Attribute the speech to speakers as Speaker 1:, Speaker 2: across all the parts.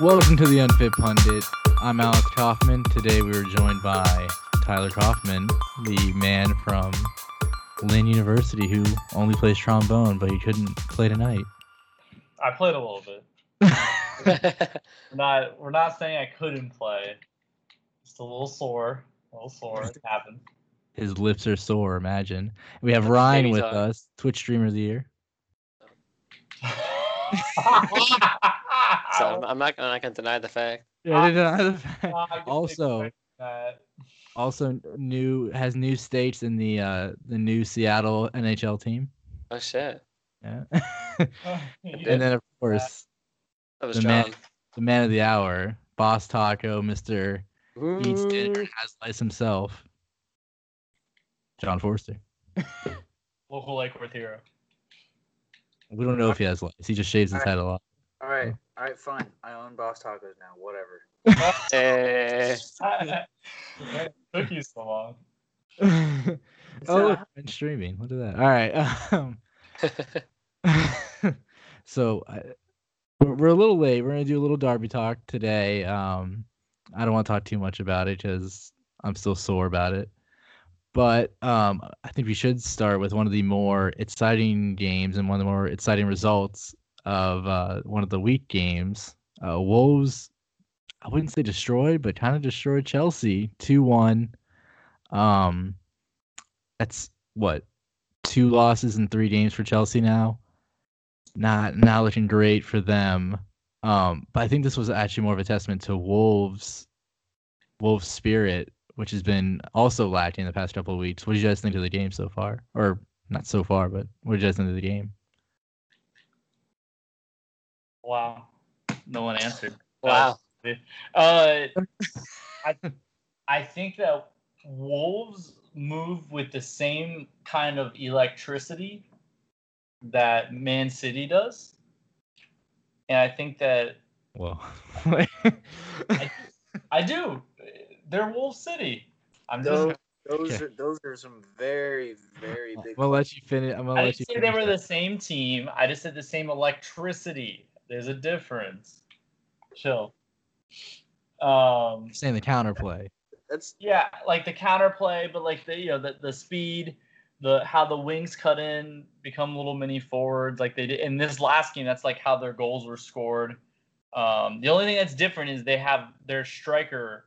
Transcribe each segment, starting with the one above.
Speaker 1: Welcome to the Unfit Pundit. I'm Alex Kaufman. Today we are joined by Tyler Kaufman, the man from Lynn University who only plays trombone, but he couldn't play tonight.
Speaker 2: I played a little bit. We're not we're not saying I couldn't play. Just a little sore. A little sore. It happened.
Speaker 1: His lips are sore, imagine. We have Ryan
Speaker 3: babies
Speaker 1: with
Speaker 3: are.
Speaker 1: us, Twitch Streamer of the Year.
Speaker 3: so I'm, I'm not. I'm not gonna deny the fact.
Speaker 2: Yeah, they
Speaker 1: Yeah,
Speaker 2: I didn't
Speaker 1: also,
Speaker 2: expect that.
Speaker 1: also new has new stakes in the uh, the new Seattle NHL team.
Speaker 3: Oh shit,
Speaker 1: Yeah.
Speaker 2: You did.
Speaker 1: and then of course
Speaker 3: that was
Speaker 1: The
Speaker 3: strong.
Speaker 1: man- the man of the hour, Boss Taco, Mister Eats Dinner
Speaker 3: Ooh.
Speaker 1: Has Lice himself, John Forster.
Speaker 2: local Lake Worth hero.
Speaker 1: We don't know if he has lice. He just shaves his head a lot.
Speaker 4: All
Speaker 2: Hmm.
Speaker 4: right, all right, fine. I own Boss Tacos now. Whatever.
Speaker 3: Eh,
Speaker 2: it took you so long.
Speaker 1: oh, look,
Speaker 4: not-
Speaker 1: been streaming. Look at that. All right. Um, so I, we're we're a little late. We're gonna do a little Derby talk today. Um, I don't want to talk too much about it because I'm still sore about it. But um, I think we should start with one of the more exciting games and one of the more exciting results of uh, one of the week games. Uh, Wolves, I wouldn't say destroyed, but kind of destroyed Chelsea two one. Um, that's what two losses in three games for Chelsea now. Not not looking great for them. Um, but I think this was actually more of a testament to Wolves, Wolves spirit, which has been also lacking the past couple of weeks. What did you guys think of the game so far? Or not so far, but what did you guys think of the game?
Speaker 2: Wow. No one answered.
Speaker 3: wow.
Speaker 2: Uh, I, I think that wolves move with the same kind of electricity that Man City does, and I think that
Speaker 1: Well,
Speaker 2: I do. They're Wolf City. I'm just.
Speaker 4: Those, those,
Speaker 1: Okay.
Speaker 4: are, those are some very, very big.
Speaker 1: I'll let you finish. I'm gonna
Speaker 2: I
Speaker 1: let you.
Speaker 2: didn't say they were
Speaker 1: finish
Speaker 2: the
Speaker 1: that.
Speaker 2: same team. I just said the same electricity. There's a difference. Chill. Um,
Speaker 1: I'm saying the counterplay.
Speaker 4: That's
Speaker 2: yeah, like the counterplay, but like the you know the, the speed, the how the wings cut in, become little mini forwards, like they did in this last game. That's like how their goals were scored. Um, the only thing that's different is they have their striker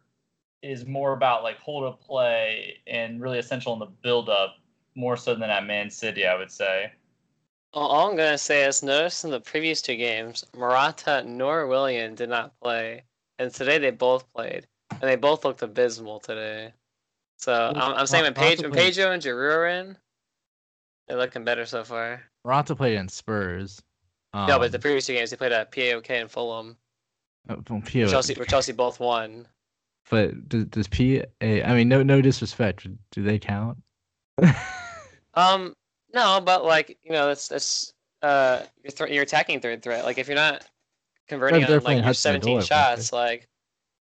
Speaker 2: is more about like hold up play and really essential in the build up more so than at Man City, I would say.
Speaker 3: All- All I'm gonna say is, notice in the previous two games, Murata nor William did not play, and today they both played, and they both looked abysmal today. So I'm, I'm saying when, Page, when
Speaker 1: Possibly.
Speaker 3: Pedro and Giroud are in, they're looking better so far.
Speaker 1: Toronto played against Spurs. Um,
Speaker 3: no, but the previous two games they played at PAOK and Fulham.
Speaker 1: uh, from PO.
Speaker 3: Chelsea, where Chelsea both won.
Speaker 1: But does, does PA? I mean, no, no disrespect. Do they count?
Speaker 3: Um, no, but like you know, that's that's uh, you're thr you're attacking third threat. Like if you're not converting
Speaker 1: Right, they're
Speaker 3: on
Speaker 1: playing
Speaker 3: like your
Speaker 1: Hudson
Speaker 3: 17
Speaker 1: Odoi,
Speaker 3: shots, like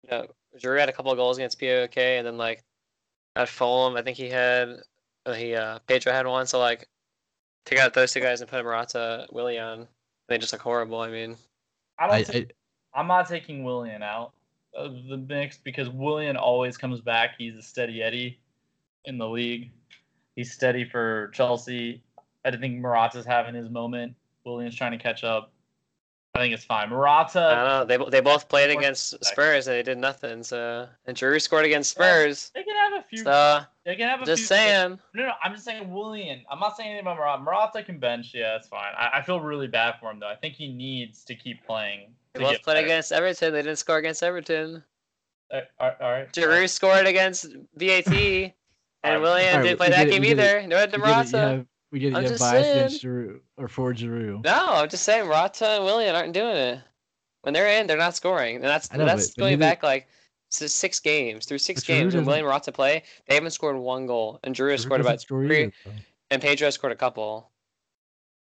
Speaker 3: you know, Giroud had a couple of goals against POK, and then like at Fulham, I think he had uh, he uh Pedro had one. So like take out those two guys and put Morata, Willian. They just look horrible. I mean,
Speaker 2: I don't
Speaker 1: I,
Speaker 2: think
Speaker 1: I
Speaker 2: I'm not taking Willian out of the mix because Willian always comes back. He's a steady Eddie in the league. He's steady for Chelsea. I don't think Morata's having his moment. Willian's trying to catch up. I think it's fine.
Speaker 3: I don't
Speaker 2: Morata,
Speaker 3: know. They bo- they both played
Speaker 2: Or-
Speaker 3: against Spurs and they did nothing. So and Giroud scored against Spurs.
Speaker 2: they can have a few.
Speaker 3: So
Speaker 2: they can have a
Speaker 3: just
Speaker 2: few.
Speaker 3: saying.
Speaker 2: No, no, I'm just saying Willian. I'm not saying anything about Morata. Morata can bench. Yeah, it's fine. I, I feel really bad for him though. I think he needs to keep playing.
Speaker 3: They
Speaker 2: to
Speaker 3: both
Speaker 2: get
Speaker 3: played
Speaker 2: better.
Speaker 3: against Everton. They didn't score against Everton.
Speaker 2: Uh, all- all right.
Speaker 3: Giroud scored against VAT, and
Speaker 2: Alright.
Speaker 3: Willian
Speaker 1: Alright,
Speaker 3: didn't play
Speaker 1: we
Speaker 3: that
Speaker 1: did it,
Speaker 3: game
Speaker 1: we did it.
Speaker 3: either. No, had
Speaker 1: we get it, you
Speaker 3: Morata.
Speaker 1: have, we get it, you
Speaker 3: I'm
Speaker 1: have
Speaker 3: just
Speaker 1: bias against Giroux or for Giroux.
Speaker 3: No, I'm just saying Morata and Willian aren't doing it. When they're in, they're not scoring, and that's
Speaker 1: I know,
Speaker 3: that's
Speaker 1: but- but
Speaker 3: going
Speaker 1: neither-
Speaker 3: back like s- six games through six
Speaker 1: But Giroud
Speaker 3: games. When
Speaker 1: doesn't-
Speaker 3: Willian and Morata play, they haven't scored one goal, and Giroud has
Speaker 1: Giroux
Speaker 3: scored
Speaker 1: doesn't
Speaker 3: about
Speaker 1: score
Speaker 3: three,
Speaker 1: either, though.
Speaker 3: and Pedro has scored a couple.
Speaker 1: All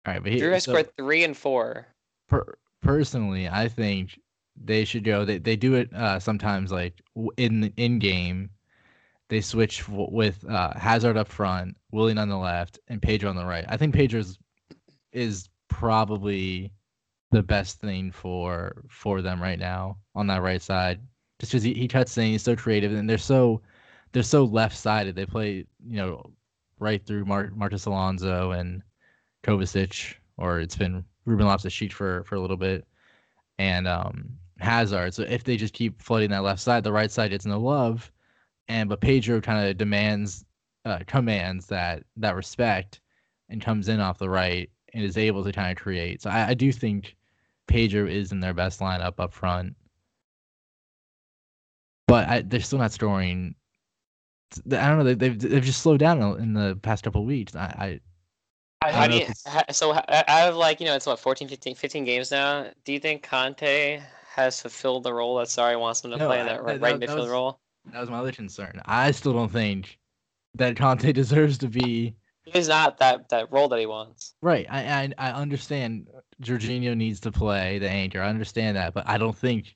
Speaker 1: right, but
Speaker 3: Giroud
Speaker 1: he,
Speaker 3: has
Speaker 1: so
Speaker 3: scored three and four.
Speaker 1: per, personally, I think they should go. They they do it uh, sometimes, like w- in the in game, they switch w- with uh, Hazard up front, Willian on the left, and Pedro on the right. I think Pedro's is probably the best thing for for them right now on that right side. Just because he, he cuts in, he's so creative, and they're so they're so left sided. They play you know right through Mar- Marcus Alonso and Kovacic, or it's been Ruben Loftus Cheek for for a little bit, and um, Hazard. So if they just keep flooding that left side, the right side gets no love, and but Pedro kind of demands uh, commands that that respect and comes in off the right and is able to kind of create. So I, I do think Pedro is in their best lineup up front, but I, they're still not scoring. I don't know. they- They've they've just slowed down in the past couple weeks. I,
Speaker 2: I,
Speaker 1: I
Speaker 3: How
Speaker 2: I
Speaker 1: don't
Speaker 3: do
Speaker 1: know
Speaker 3: you,
Speaker 1: if it's-
Speaker 3: ha- so ha- out of like you know it's what 14, 15, 15 games now. Do you think Conte has fulfilled the role that Sarri wants him to
Speaker 1: No,
Speaker 3: play in
Speaker 1: I-
Speaker 3: that,
Speaker 1: that-
Speaker 3: right
Speaker 1: that
Speaker 3: midfield
Speaker 1: was-
Speaker 3: role?
Speaker 1: I that was my other concern. I still don't think that Conte deserves to be
Speaker 3: He's not that that role that he wants.
Speaker 1: Right. I, I I understand Jorginho needs to play the anchor. I understand that, but I don't think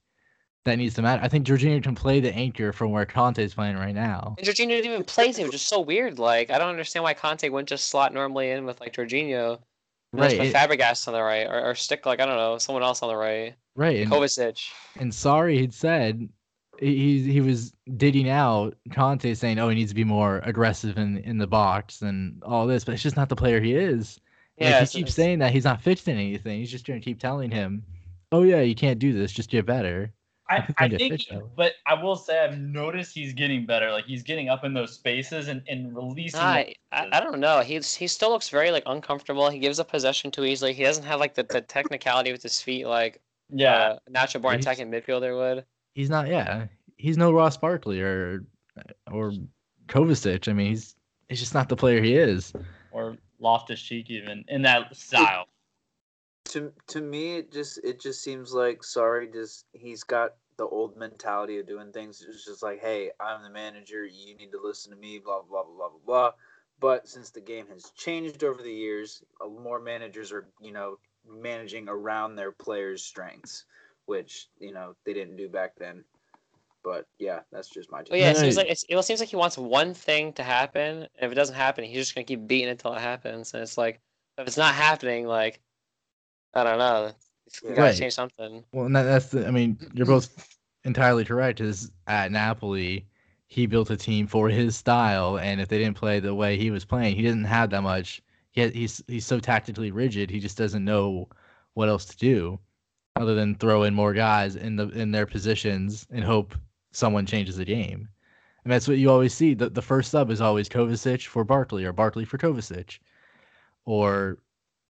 Speaker 1: that needs to matter. I think Jorginho can play the anchor from where Conte's playing right now.
Speaker 3: And Jorginho didn't even play him, which is so weird. Like I don't understand why Conte wouldn't just slot normally in with like Jorginho, unless
Speaker 1: Right.
Speaker 3: put
Speaker 1: it-
Speaker 3: Fabregas on the right, or, or stick like I don't know someone else on the right,
Speaker 1: right. And,
Speaker 3: Kovacic.
Speaker 1: and sorry had said he he- he was digging out Conte saying, Oh, he needs to be more aggressive in, in the box and all this, but it's just not the player he is. Like, he
Speaker 3: Yeah, it's-
Speaker 1: keeps
Speaker 3: it's-
Speaker 1: saying that he's not fixing anything. He's just gonna keep telling him, Oh yeah, you can't do this, just get better. I
Speaker 2: I,
Speaker 1: think
Speaker 2: I
Speaker 1: they
Speaker 2: think,
Speaker 1: fit, though.
Speaker 2: but I will say I've noticed he's getting better. Like he's getting up in those spaces and, and releasing.
Speaker 3: I, I I don't know. He's he still looks very like uncomfortable. He gives up possession too easily. He doesn't have like the, the technicality with his feet like
Speaker 2: yeah,
Speaker 3: uh, natural born
Speaker 1: He's-
Speaker 3: attacking midfielder would.
Speaker 1: he's not. Yeah, he's no Ross Barkley or or Kovacic. I mean, he's he's just not the player he is.
Speaker 2: or Loftus Cheek even in that style.
Speaker 4: to to me it just it just seems like sorry just he's got the old mentality of doing things it's just like hey i'm the manager you need to listen to me blah blah blah blah blah blah but since the game has changed over the years uh, more managers are you know managing around their players strengths which you know they didn't do back then but yeah that's just my
Speaker 3: But yeah, it
Speaker 1: No,
Speaker 3: seems
Speaker 1: no.
Speaker 3: like it's, it seems like he wants one thing to happen, and if it doesn't happen, he's just gonna keep beating it until it happens. And it's like if it's not happening, like I don't know, you gotta
Speaker 1: Right.
Speaker 3: change something.
Speaker 1: Well, and that, that's the. I mean, you're both entirely correct. Is at Napoli, he built a team for his style, and if they didn't play the way he was playing, he didn't have that much. He had, he's he's so tactically rigid. He just doesn't know what else to do other than throw in more guys in the in their positions and hope someone changes the game. And that's what you always see. The the first sub is always Kovacic for Barkley or Barkley for Kovacic. Or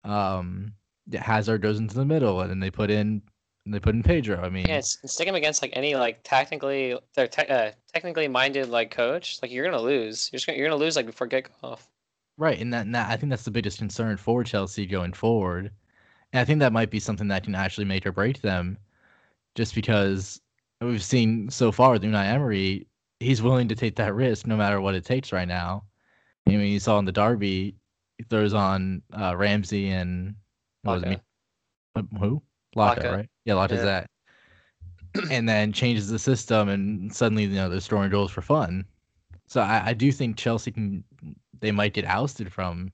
Speaker 1: um Hazard goes into the middle and then they put in they put in Pedro. I mean
Speaker 3: Yeah, it's, stick him against like any like technically they're te- uh, technically minded like coach. Like you're gonna lose. You're just gonna, you're gonna lose like before get off.
Speaker 1: Right, and that, and that I think that's the biggest concern for Chelsea going forward, and I think that might be something that can actually make or break them, just because we've seen so far with Unai Emery, he's willing to take that risk no matter what it takes right now. I mean, you saw in the derby, he throws on uh, Ramsey and what was it,
Speaker 3: Laka.
Speaker 1: um, who? Laka,
Speaker 3: Laka.
Speaker 1: right? Yeah, Laka's
Speaker 3: Yeah.
Speaker 1: that. and then changes the system, and suddenly you know they're scoring goals for fun. So I, I do think Chelsea can they might get ousted from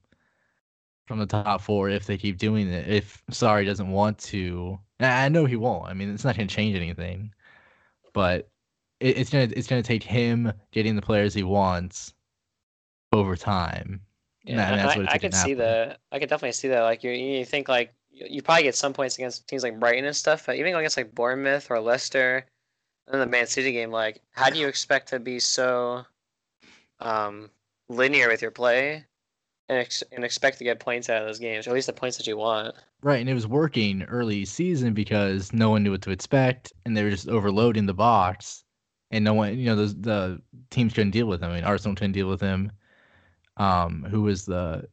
Speaker 1: from the top four if they keep doing it. If sorry doesn't want to, and I know he won't. I mean, it's not going to change anything, but it, it's gonna it's gonna take him getting the players he wants over time.
Speaker 3: Yeah,
Speaker 1: Nah, I mean, that's
Speaker 3: I,
Speaker 1: what it
Speaker 3: I
Speaker 1: took in
Speaker 3: could see
Speaker 1: Napoli.
Speaker 3: that. I could definitely see that. Like you, you think like you, you probably get some points against teams like Brighton and stuff, but even against like Bournemouth or Leicester, and the Man City game, like how do you expect to be so um, linear with your play and ex- and expect to get points out of those games, or at least the points that you want?
Speaker 1: Right, and it was working early season because no one knew what to expect, and they were just overloading the box, and no one, you know, those the teams couldn't deal with him. I mean, Arsenal couldn't deal with him. Um, who was the,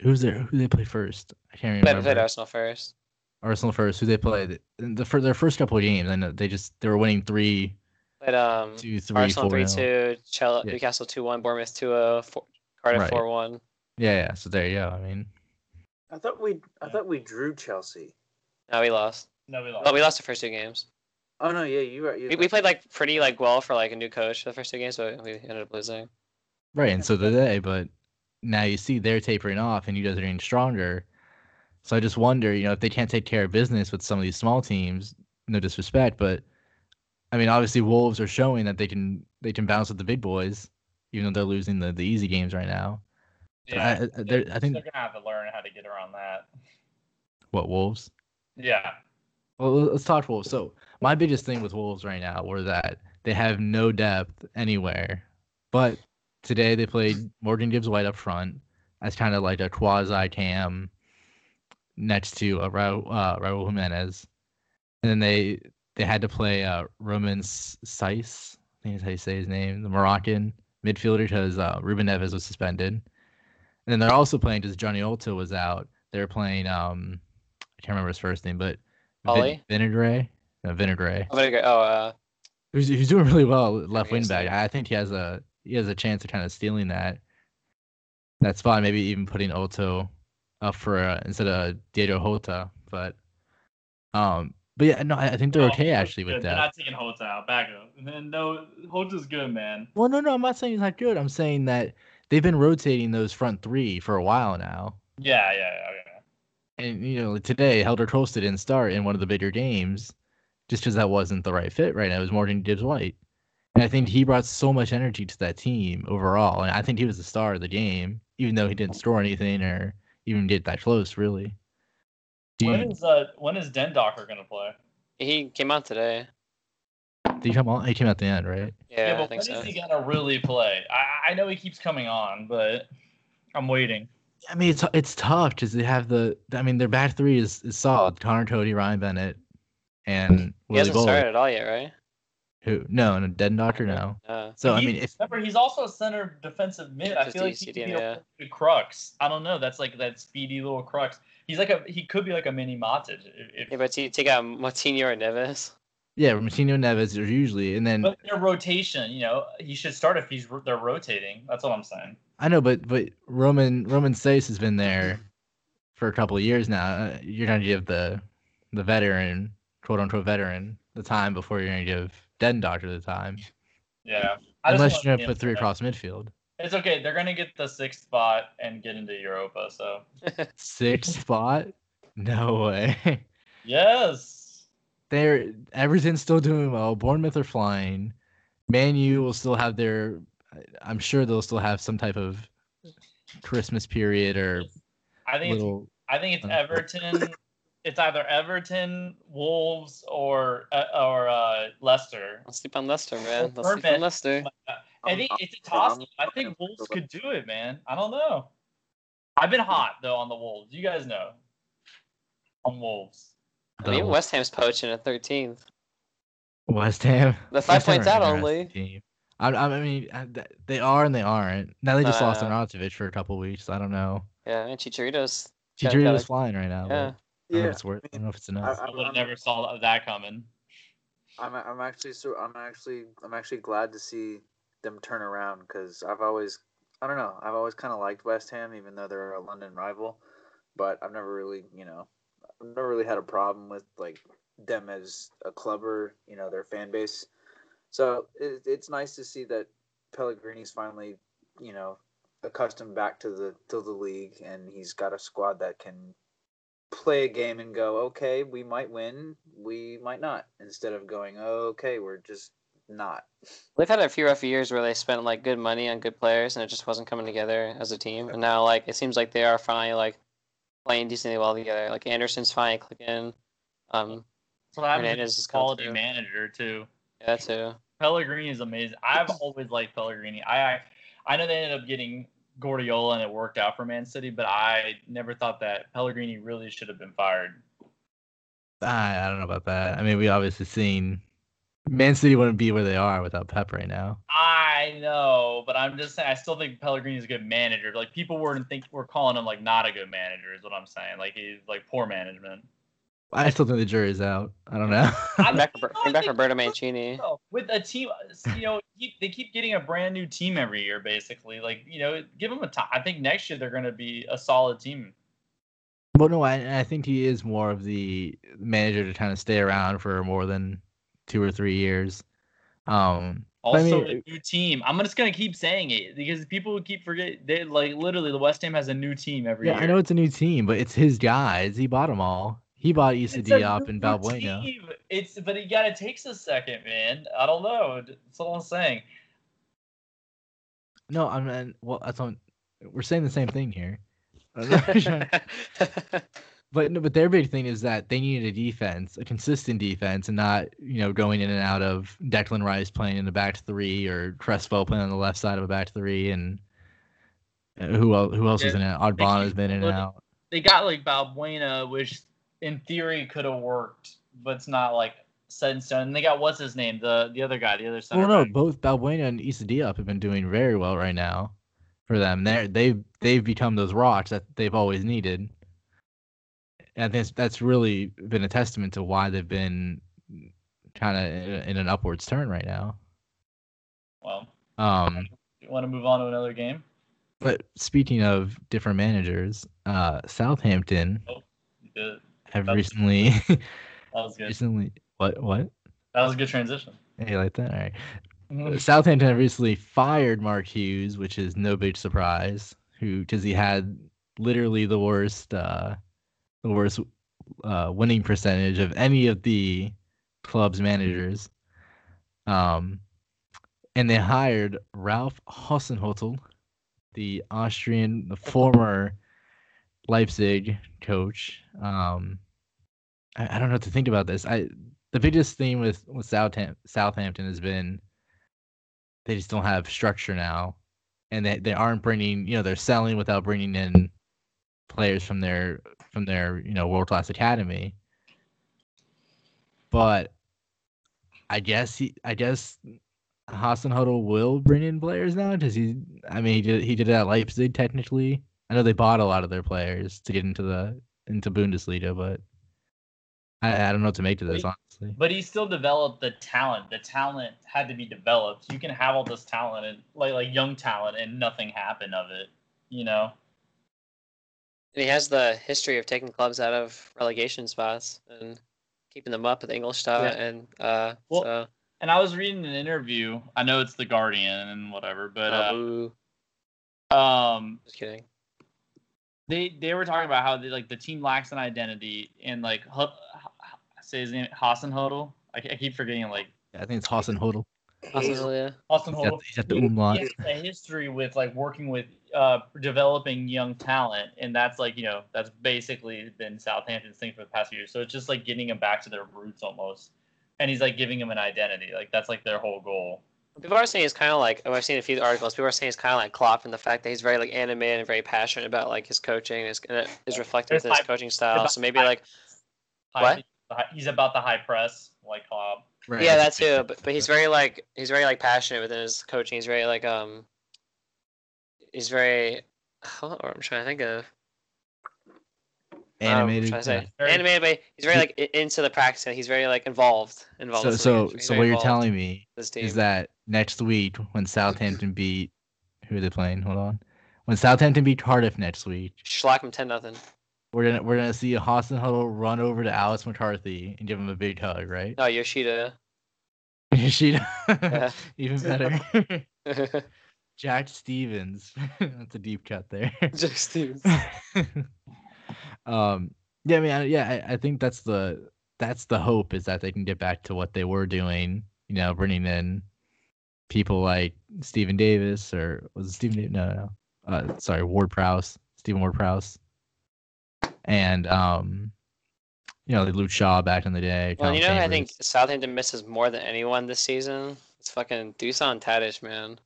Speaker 1: who's their who they play first? I can't
Speaker 3: But I
Speaker 1: remember.
Speaker 3: played Arsenal first.
Speaker 1: Arsenal first. Who they played in the for their first couple of games? I know they just they were winning three,
Speaker 3: But um,
Speaker 1: two, three,
Speaker 3: Arsenal
Speaker 1: four, oh.
Speaker 3: three
Speaker 1: no.
Speaker 3: two, Chel-
Speaker 1: Yeah.
Speaker 3: Newcastle two one, Bournemouth 2-0, four- Cardiff
Speaker 1: Right.
Speaker 3: four one.
Speaker 1: Yeah, yeah. So there you go. I mean,
Speaker 4: i thought we i thought we drew chelsea
Speaker 3: Now we lost.
Speaker 2: No, we lost.
Speaker 3: Well, we lost the first two games.
Speaker 4: oh no yeah you right
Speaker 3: We, we played like pretty like well for like a new coach the first two games, but we ended up losing.
Speaker 1: Right, and so did they, but now you see they're tapering off and you guys are getting stronger. So I just wonder, you know, if they can't take care of business with some of these small teams, no disrespect, but I mean, obviously Wolves are showing that they can they can bounce with the big boys, even though they're losing the, the easy games right now. But I- I-
Speaker 2: they're-
Speaker 1: there- I think-
Speaker 2: they're gonna have to learn how to get around that.
Speaker 1: What Wolves?
Speaker 2: Yeah,
Speaker 1: Well, let- let's talk Wolves. So my biggest thing with Wolves right now were that they have no depth anywhere. But today they played Morgan Gibbs White up front as kind of like a quasi cam next to a Raul, uh, Raul Jimenez, and then they they had to play uh, Roman S- Saiss. I think that's how you say his name, the Moroccan midfielder, because uh, Ruben Neves was suspended. And then they're also playing because Johnny Olta was out. They were playing um, I can't remember his first name, but
Speaker 3: Ollie?
Speaker 1: Vin- Vinagre. No, Vinagre.
Speaker 3: I'm gonna go. Oh, uh,
Speaker 1: He's, he's doing really well at left wing
Speaker 3: Yes.
Speaker 1: back. I think he has a he has a chance of kind of stealing that that spot. Maybe even putting Otto up for uh, instead of Diego Hota. But um, but yeah, no, I, I think they're
Speaker 2: No,
Speaker 1: okay
Speaker 2: Holta's
Speaker 1: actually with
Speaker 2: good. They're
Speaker 1: that.
Speaker 2: not taking Holtz out. Back up. And then no, Holtz is good, man.
Speaker 1: Well, no, no, I'm not saying he's not good. I'm saying that they've been rotating those front three for a while now,
Speaker 2: Yeah, yeah, yeah. yeah.
Speaker 1: and you know like today Helder Trosta didn't start in one of the bigger games just because that wasn't the right fit right now. It was Morgan Gibbs White. And I think he brought so much energy to that team overall. And I think he was the star of the game, even though he didn't score anything or even get that close, really. Do
Speaker 2: When
Speaker 1: you,
Speaker 2: is uh when is Den Docker gonna play?
Speaker 3: he came out today.
Speaker 1: did he come on? He came out the end, right?
Speaker 3: Yeah, I
Speaker 2: but when
Speaker 3: think
Speaker 2: is
Speaker 3: so.
Speaker 2: he gonna really play? I I know he keeps coming on, but I'm waiting.
Speaker 1: I mean, it's it's tough because they have the. I mean, their back three is, is solid: Connor Cody, Ryan Bennett, and
Speaker 3: He
Speaker 1: Willie
Speaker 3: hasn't started
Speaker 1: Bowler.
Speaker 3: at all yet, right? Uh,
Speaker 1: Who? No, no, Dead Doctor, no.
Speaker 3: No.
Speaker 1: So I
Speaker 2: He-
Speaker 1: mean, if
Speaker 2: Remember, he's also a center defensive mid. I
Speaker 3: Just
Speaker 2: feel like
Speaker 3: easy
Speaker 2: he could
Speaker 3: to
Speaker 2: be
Speaker 3: do, yeah.
Speaker 2: a good crux. I don't know. That's like that speedy little crux. He's like a he could be like a mini Matic. If,
Speaker 3: Yeah, but you take out Martino or Neves.
Speaker 1: yeah, Martino Neves are usually, and then
Speaker 2: but their rotation, you know, he should start if he's they're rotating. That's what I'm saying.
Speaker 1: I know, but but Roman Roman Sace has been there for a couple of years now. Uh, You're gonna give the the veteran, quote unquote veteran, the time before you're gonna give Den Doctor the time,
Speaker 2: Yeah. I just
Speaker 1: unless
Speaker 2: want
Speaker 1: you're gonna
Speaker 2: him
Speaker 1: put three
Speaker 2: to-
Speaker 1: across midfield.
Speaker 2: It's okay. They're gonna get the sixth spot and get into Europa. So
Speaker 1: Sixth spot? No way.
Speaker 2: yes,
Speaker 1: They're Everton's still doing well. Bournemouth are flying. Man U will still have their. I'm sure they'll still have some type of Christmas period or
Speaker 2: I think it's,
Speaker 1: little.
Speaker 2: I think it's
Speaker 1: Uh,
Speaker 2: Everton. it's either Everton, Wolves, or uh, or uh, Leicester.
Speaker 3: Let's sleep on Leicester, man. Let's sleep
Speaker 2: Oh, Perfect.
Speaker 3: on Leicester.
Speaker 2: I think it's a toss. I think Wolves could do it, man. I don't know. I've been hot though on the Wolves. You guys know on Wolves.
Speaker 3: I mean, West Ham's poaching at 13th.
Speaker 1: West Ham.
Speaker 3: The five
Speaker 1: West Ham
Speaker 3: points
Speaker 1: are an
Speaker 3: out
Speaker 1: interesting
Speaker 3: only.
Speaker 1: Team. I, I I mean, I- th- they are and they aren't. Now they just
Speaker 3: No, no,
Speaker 1: lost
Speaker 3: no.
Speaker 1: Arnautovic for a couple weeks. I don't know.
Speaker 3: Yeah, and Chicharito's. Check
Speaker 1: Chicharito's
Speaker 3: out.
Speaker 1: flying right now. but I
Speaker 3: Yeah.
Speaker 1: don't know if
Speaker 4: Yeah,
Speaker 1: it's worth. I don't know if it's
Speaker 4: I,
Speaker 1: enough.
Speaker 2: I
Speaker 4: I'm,
Speaker 2: would have
Speaker 4: I'm,
Speaker 2: never saw that coming.
Speaker 4: I'm, I'm actually so I'm actually I'm actually glad to see them turn around because I've always I don't know I've always kind of liked West Ham even though they're a London rival, but I've never really you know I've never really had a problem with like them as a club or you know their fan base. So it, it's nice to see that Pellegrini's finally you know accustomed back to the to the league and he's got a squad that can play a game and go, okay, we might win, we might not, instead of going, okay, we're just not.
Speaker 3: They've had a few rough years where they spent like good money on good players and it just wasn't coming together as a team. And now like it seems like they are finally like playing decently well together. Like Anderson's finally clicking. Um,
Speaker 2: So that was a
Speaker 3: Hernandez has come
Speaker 2: quality
Speaker 3: through.
Speaker 2: manager too.
Speaker 3: yeah, too.
Speaker 2: Pellegrini is amazing. I've always liked Pellegrini. I I- I know they ended up getting Guardiola and it worked out for Man City, but I never thought that Pellegrini really should have been fired.
Speaker 1: I, I don't know about that. I mean, we obviously seen Man City wouldn't be where they are without Pep right now.
Speaker 2: I know, but I'm just saying I still think Pellegrini is a good manager. Like people weren't think we're calling him like not a good manager is what I'm saying. Like he's like poor management.
Speaker 1: I still think the jury's out. I don't know.
Speaker 2: I'm
Speaker 3: Bring back, bring back
Speaker 2: think-
Speaker 3: Roberto Mancini.
Speaker 2: Oh, with a team, you know, keep, they keep getting a brand new team every year, basically. Like, you know, give them a time. I think next year they're going to be a solid team.
Speaker 1: well, no, I, I think he is more of the manager to kind of stay around for more than two or three years. Um, but I
Speaker 2: Also,
Speaker 1: mean,
Speaker 2: a new team. I'm just gonna keep saying it because people would keep forget. They like literally the West Ham has a new team every
Speaker 1: yeah,
Speaker 2: year.
Speaker 1: I know it's a new team, but it's his guys. He bought them all. He bought E Issa
Speaker 2: It's a
Speaker 1: Diop and
Speaker 2: new
Speaker 1: Balbuena.
Speaker 2: team. It's but it got it takes a second, man. I don't know. That's all I'm saying.
Speaker 1: No, I'm and well, that's on. We're saying the same thing here. but no, but their big thing is that they needed a defense, a consistent defense, and not you know going in and out of Declan Rice playing in the back three or Crespo playing on the left side of a back three, and uh, who else? Who else is
Speaker 2: Yeah,
Speaker 1: in it? Ogbonna has
Speaker 2: keep
Speaker 1: been in and
Speaker 2: loading-
Speaker 1: out.
Speaker 2: They got like Balbuena, which in theory could have worked, but it's not like set in stone. And they got what's his name, the the other guy, the other center.
Speaker 1: Well, no,
Speaker 2: back.
Speaker 1: both Balbuena and Issa Diop have been doing very well right now for them. They they've they've become those rocks that they've always needed. And I think that's- that's really been a testament to why they've been kind of in, a- in an upwards turn right now.
Speaker 2: Well,
Speaker 1: Um,
Speaker 2: you want to move on to another game?
Speaker 1: but speaking of different managers, uh, Southampton
Speaker 2: Good.
Speaker 1: have
Speaker 2: That's-
Speaker 1: recently
Speaker 2: That was good.
Speaker 1: recently what what
Speaker 2: That was a good transition.
Speaker 1: hey like that all right. Uh, Southampton have recently fired Mark Hughes, which is no big surprise. Who because he had literally the worst, uh, the worst uh, winning percentage of any of the club's managers. Um, and they hired Ralph Hassenhüttl, the Austrian, the former Leipzig coach. Um, I, I don't know what to think about this. I the biggest thing with with Southampton, Southampton has been they just don't have structure now, and they they aren't bringing you know they're selling without bringing in players from their from their you know world class academy. But I guess he I guess Hassan Huddle will bring in players now because he I mean he did he did it at Leipzig technically. I know they bought a lot of their players to get into the into Bundesliga, but I, I don't know what to make of this
Speaker 2: Wait.
Speaker 1: honestly.
Speaker 2: But he still developed the talent. The talent had to be developed. You can have all this talent and like like young talent and nothing happen of it. You know.
Speaker 3: And he has the history of taking clubs out of relegation spots and keeping them up with Ingolstadt
Speaker 2: Yeah.
Speaker 3: and uh,
Speaker 2: Well,
Speaker 3: so,
Speaker 2: And I was reading an interview. I know it's the Guardian and whatever, but
Speaker 3: uh,
Speaker 2: uh,
Speaker 3: boo.
Speaker 2: um,
Speaker 3: just kidding.
Speaker 2: they they were talking about how they, like the team lacks an identity and like Hud- I say his name Hassan Huddle. I, I keep forgetting like
Speaker 1: I think it's Hassan Huddle.
Speaker 4: Hazel-
Speaker 3: Possibly, yeah.
Speaker 1: He's
Speaker 2: Hassan
Speaker 1: got-
Speaker 2: Huddle.
Speaker 1: he's got the umlaut.
Speaker 2: He has a history with like working with uh, developing young talent, and that's like you know that's basically been Southampton's thing for the past few years. So it's just like getting them back to their roots almost, and he's like giving them an identity. Like that's like their whole goal.
Speaker 3: People are saying he's kind of like oh, I've seen a few articles. People are saying he's kind of like Klopp in the fact that he's very like animated and very passionate about like his coaching. And, his, and it is reflected
Speaker 2: There's
Speaker 3: within his
Speaker 2: high-
Speaker 3: coaching
Speaker 2: high-
Speaker 3: style. So maybe like
Speaker 2: High- He's about the high press, like Klopp.
Speaker 1: Right.
Speaker 3: yeah, um, that too. But but he's very like he's very like passionate within his coaching. He's very like um. He's very. I don't know what I'm trying to think of. I don't know what Um, I'm
Speaker 1: animated.
Speaker 3: trying to say.
Speaker 1: yeah.
Speaker 2: Very-
Speaker 3: Animated, but he's very like i- into the practice. And he's very like involved. Involved.
Speaker 1: So
Speaker 3: with the
Speaker 1: so
Speaker 3: games. He's
Speaker 1: so
Speaker 3: very
Speaker 1: what you're
Speaker 3: involved
Speaker 1: telling me
Speaker 3: with This team.
Speaker 1: is that next week when Southampton beat who are they playing? Hold on. When Southampton beat Cardiff next week,
Speaker 3: Schlock him ten nothing.
Speaker 1: we're gonna we're gonna see a Hassan Huddle run over to Alice McCarthy and give him a big hug, right?
Speaker 3: No, Yoshida.
Speaker 1: she
Speaker 3: Yeah.
Speaker 1: even better. Jack Stevens. That's a deep cut there.
Speaker 3: Just Stevens.
Speaker 1: um yeah i mean I, yeah I, I think that's the that's the hope is that they can get back to what they were doing you know bringing in people like Stephen Davis or was it Stephen Davis? no no no. uh sorry Ward Prowse Stephen Ward Prowse and um you know like Luke Shaw back in the day
Speaker 3: Well, you know,
Speaker 1: Colin
Speaker 3: who I think
Speaker 1: Chambers.
Speaker 3: Southampton misses more than anyone this season. It's fucking Dusan Tadic, man. More,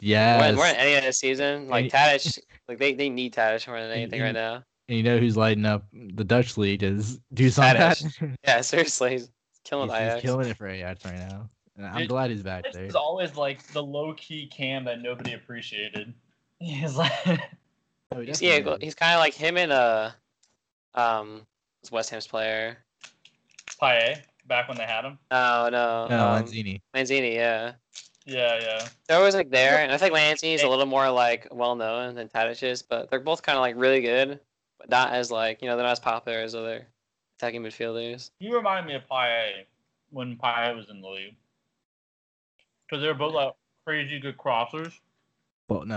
Speaker 1: yes
Speaker 3: than- more than any other season, like Tadic, like they, they need Tadic more than anything right now.
Speaker 1: and you know who's lighting up the Dutch league is Dusan
Speaker 3: Tadic.
Speaker 1: Tadic.
Speaker 3: Yeah, seriously, he's killing
Speaker 1: he's, he's
Speaker 3: Ajax.
Speaker 1: killing it for Ajax right now and I'm
Speaker 2: Dude,
Speaker 1: glad he's back
Speaker 2: This
Speaker 1: there
Speaker 2: is always like the low key cam that nobody appreciated. He's like,
Speaker 1: Oh, he
Speaker 3: He's, yeah,
Speaker 1: definitely
Speaker 3: go-
Speaker 1: is.
Speaker 3: he's kind of like him and uh, um, it's West Ham's player.
Speaker 2: Paye, back when they had him.
Speaker 3: Oh no,
Speaker 1: No,
Speaker 3: um,
Speaker 1: Lanzini.
Speaker 3: Lanzini, yeah.
Speaker 2: Yeah, yeah.
Speaker 3: They're always like there, and I think Lanzini's a little more like well known than Tadic is, but they're both kind of like really good, but not as like you know they're not as popular as other attacking midfielders.
Speaker 2: You remind me of Paye when Paye was in the league. because they're both like crazy good crossers.
Speaker 1: Well, no,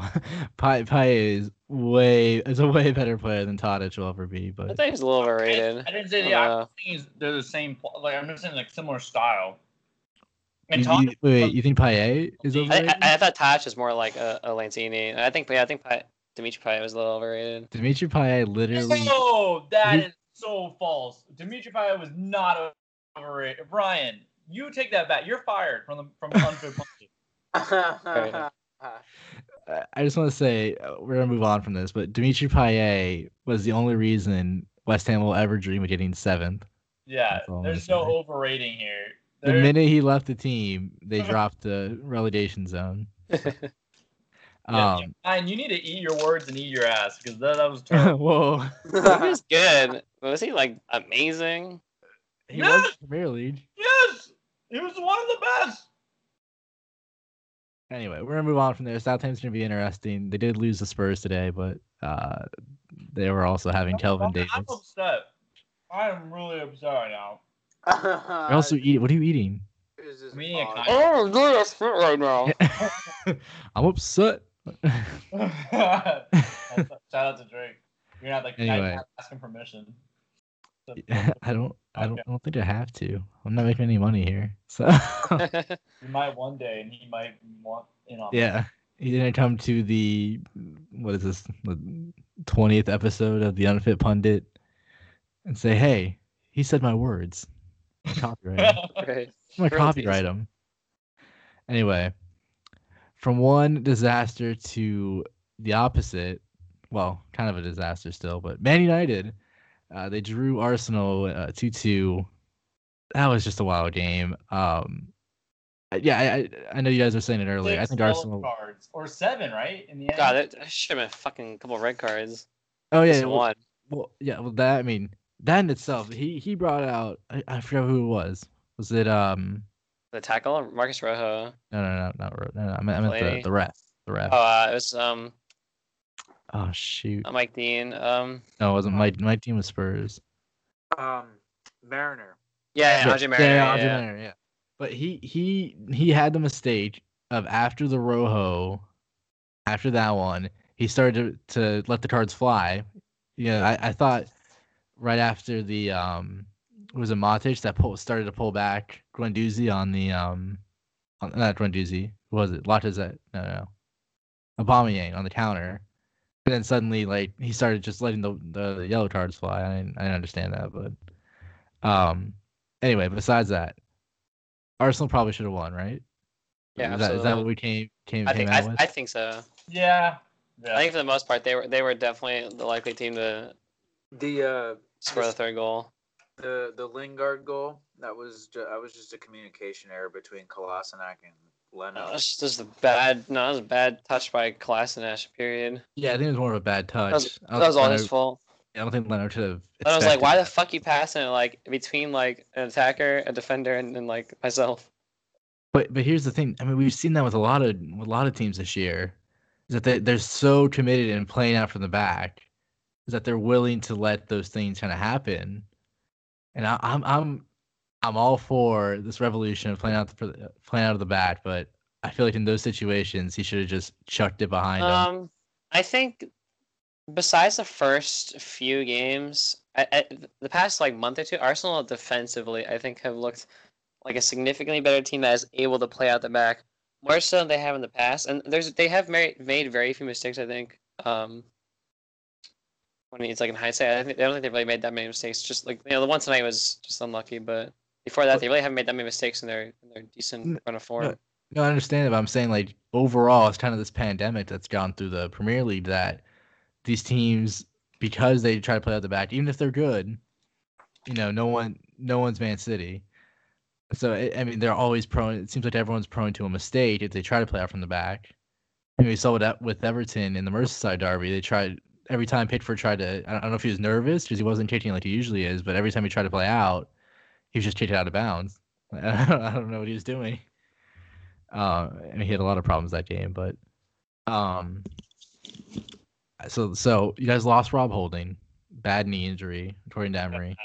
Speaker 1: well, Pi Pi is way is a way better player than Tadic will ever be.
Speaker 3: I
Speaker 1: But
Speaker 3: think he's a little overrated.
Speaker 2: I didn't say
Speaker 3: I
Speaker 2: yeah.
Speaker 3: don't
Speaker 2: I'm saying he's- they're the same. pl- Like I'm just saying like similar style. And
Speaker 1: you,
Speaker 2: Tadic,
Speaker 1: you, wait, wait, you think Pi is
Speaker 2: I-
Speaker 3: I,
Speaker 1: overrated?
Speaker 3: I, I thought Tosh was more like a, a Lanzini. I think, yeah, I think Pi, Dimitri Pi was a little overrated.
Speaker 1: Dimitri Payet literally.
Speaker 2: oh, that
Speaker 1: he-
Speaker 2: is so false. Dimitri Payet was not overrated. Brian, you take that back. You're fired from the from unfit punches.
Speaker 3: enough.
Speaker 1: I- I just want to say uh, we're gonna move on from this, but Dimitri Payet was the only reason West Ham will ever dream of getting seventh.
Speaker 2: Yeah,
Speaker 1: That's all I'm
Speaker 2: there's
Speaker 1: gonna
Speaker 2: no
Speaker 1: say.
Speaker 2: overrating here.
Speaker 1: The
Speaker 2: There-
Speaker 1: minute he left the team, they dropped the relegation zone.
Speaker 2: yeah,
Speaker 1: Um,
Speaker 2: Brian, you need to eat your words and eat your ass because that, that was terrible.
Speaker 1: whoa,
Speaker 3: he was good. but Was he like amazing?
Speaker 1: he
Speaker 2: No!
Speaker 1: was Premier League.
Speaker 2: yes, he was one of the best.
Speaker 1: Anyway, we're gonna move on from there. Southampton's gonna be interesting. They did lose the Spurs today, but uh, they were also having Kelvin Davis.
Speaker 2: I'm upset. I am really upset right now.
Speaker 1: You're also eat. What are you eating?
Speaker 4: It's just
Speaker 2: Me and Kyle.
Speaker 4: odd.
Speaker 3: Oh, dude, that's fit right now.
Speaker 1: I'm upset.
Speaker 2: Shout out to Drake. You're not like
Speaker 1: Anyway.
Speaker 2: not asking permission.
Speaker 1: I don't. I don't.
Speaker 2: Okay.
Speaker 1: I don't think I have to. I'm not making any money here. So
Speaker 2: You might one day, and he might want in on.
Speaker 1: yeah, he didn't come to the what is this the twentieth episode of the Unfit Pundit and say, hey, he said my words. Copyright. him.
Speaker 3: Right.
Speaker 1: I'm gonna
Speaker 3: Royalties.
Speaker 1: copyright them. Anyway, from one disaster to the opposite, well, kind of a disaster still, but Man United, uh, they drew Arsenal uh, two two. That was just a wild game. Um, I- yeah, I, I I know you guys were saying it earlier. I
Speaker 2: Six
Speaker 1: think
Speaker 2: yellow
Speaker 1: Arsenal.
Speaker 2: cards or seven, right? In the end,
Speaker 3: God, that, that should have been a fucking couple red cards.
Speaker 1: Oh yeah,
Speaker 3: Just
Speaker 1: well,
Speaker 3: one.
Speaker 1: well, yeah, well that I mean that in itself, he he brought out. I, I forgot who it was. Was it um?
Speaker 3: The tackle, Marcus Rojo.
Speaker 1: No, no, no, not Ro- no, no. I meant, I meant the,
Speaker 3: Delaney.
Speaker 1: the ref. The ref.
Speaker 3: Oh, uh, it was um
Speaker 1: oh shoot.
Speaker 3: not Mike Dean. Um,
Speaker 1: No, it wasn't. My my team was Spurs.
Speaker 4: Um, Mariner.
Speaker 3: yeah, yeah,
Speaker 1: Yeah,
Speaker 3: Andre Mariner. Yeah,
Speaker 1: Andre Mariner, yeah. But he he he had the mistake of after the Rojo, after that one, he started to, to let the cards fly. Yeah, I, I thought right after the um it was a Matic that pull, started to pull back Guendouzi on the um on, not Guendouzi who was it Lacazette no no Aubameyang on the counter and then suddenly like he started just letting the the, the yellow cards fly I didn't, I didn't understand that but um anyway besides that Arsenal probably should have won right
Speaker 3: Yeah,
Speaker 1: is that, is that
Speaker 3: absolutely.
Speaker 1: what we came came
Speaker 3: I
Speaker 1: came
Speaker 3: think
Speaker 1: out
Speaker 3: I,
Speaker 1: with
Speaker 3: I think so.
Speaker 2: Yeah. Yeah.
Speaker 3: I think for the most part they were they were definitely the likely team to
Speaker 4: The uh,
Speaker 3: score the third goal.
Speaker 4: the the Lingard goal that was ju- I was just a communication error between Kolasinac and
Speaker 3: No,
Speaker 4: Leno.
Speaker 3: that's just, that's a bad. No, that was a bad touch by Klasinash. Period.
Speaker 1: yeah I think it was more of a bad touch
Speaker 3: That was,
Speaker 1: I don't
Speaker 3: that was
Speaker 1: think
Speaker 3: all
Speaker 1: Leonard-
Speaker 3: his fault.
Speaker 1: I don't think Leonard should have
Speaker 3: And I was like,
Speaker 1: expected
Speaker 3: why the
Speaker 1: that.
Speaker 3: fuck you passing it like between like an attacker, a defender, and then like myself?
Speaker 1: But but here's the thing. I mean, we've seen that with a lot of with a lot of teams this year, is that they they're so committed in playing out from the back, is that they're willing to let those things kind of happen. And I, I'm I'm I'm all for this revolution of playing out the, for the- playing out of the back, but I feel like in those situations he should have just chucked it behind him.
Speaker 3: Um, I think besides the first few games, I, I, the past like month or two, Arsenal defensively, I think, have looked like a significantly better team that is able to play out the back more so than they have in the past. And there's they have made, made very few mistakes. I think. Um, when it's like in hindsight, I, think, I don't think they really made that many mistakes. Just like you know, the one tonight was just unlucky, but before that, they really haven't made that many mistakes in their in their
Speaker 1: N-
Speaker 3: decent run of form.
Speaker 1: no, No, I understand it, but I'm saying like overall, it's kind of this pandemic that's gone through the Premier League that these teams, because they try to play out the back, even if they're good, you know, no one, no one's Man City. So it, I mean, they're always prone. It seems like everyone's prone to a mistake if they try to play out from the back. And we saw that with Everton in the Merseyside derby. They tried every time Pickford tried to. I don't, I don't know if he was nervous because he wasn't kicking like he usually is, but every time he tried to play out, he was just kicked out of bounds. I don't, I don't know what he was doing. Uh, and he had a lot of problems that game, but um, so so you guys lost Rob Holding, bad knee injury, according to Emery.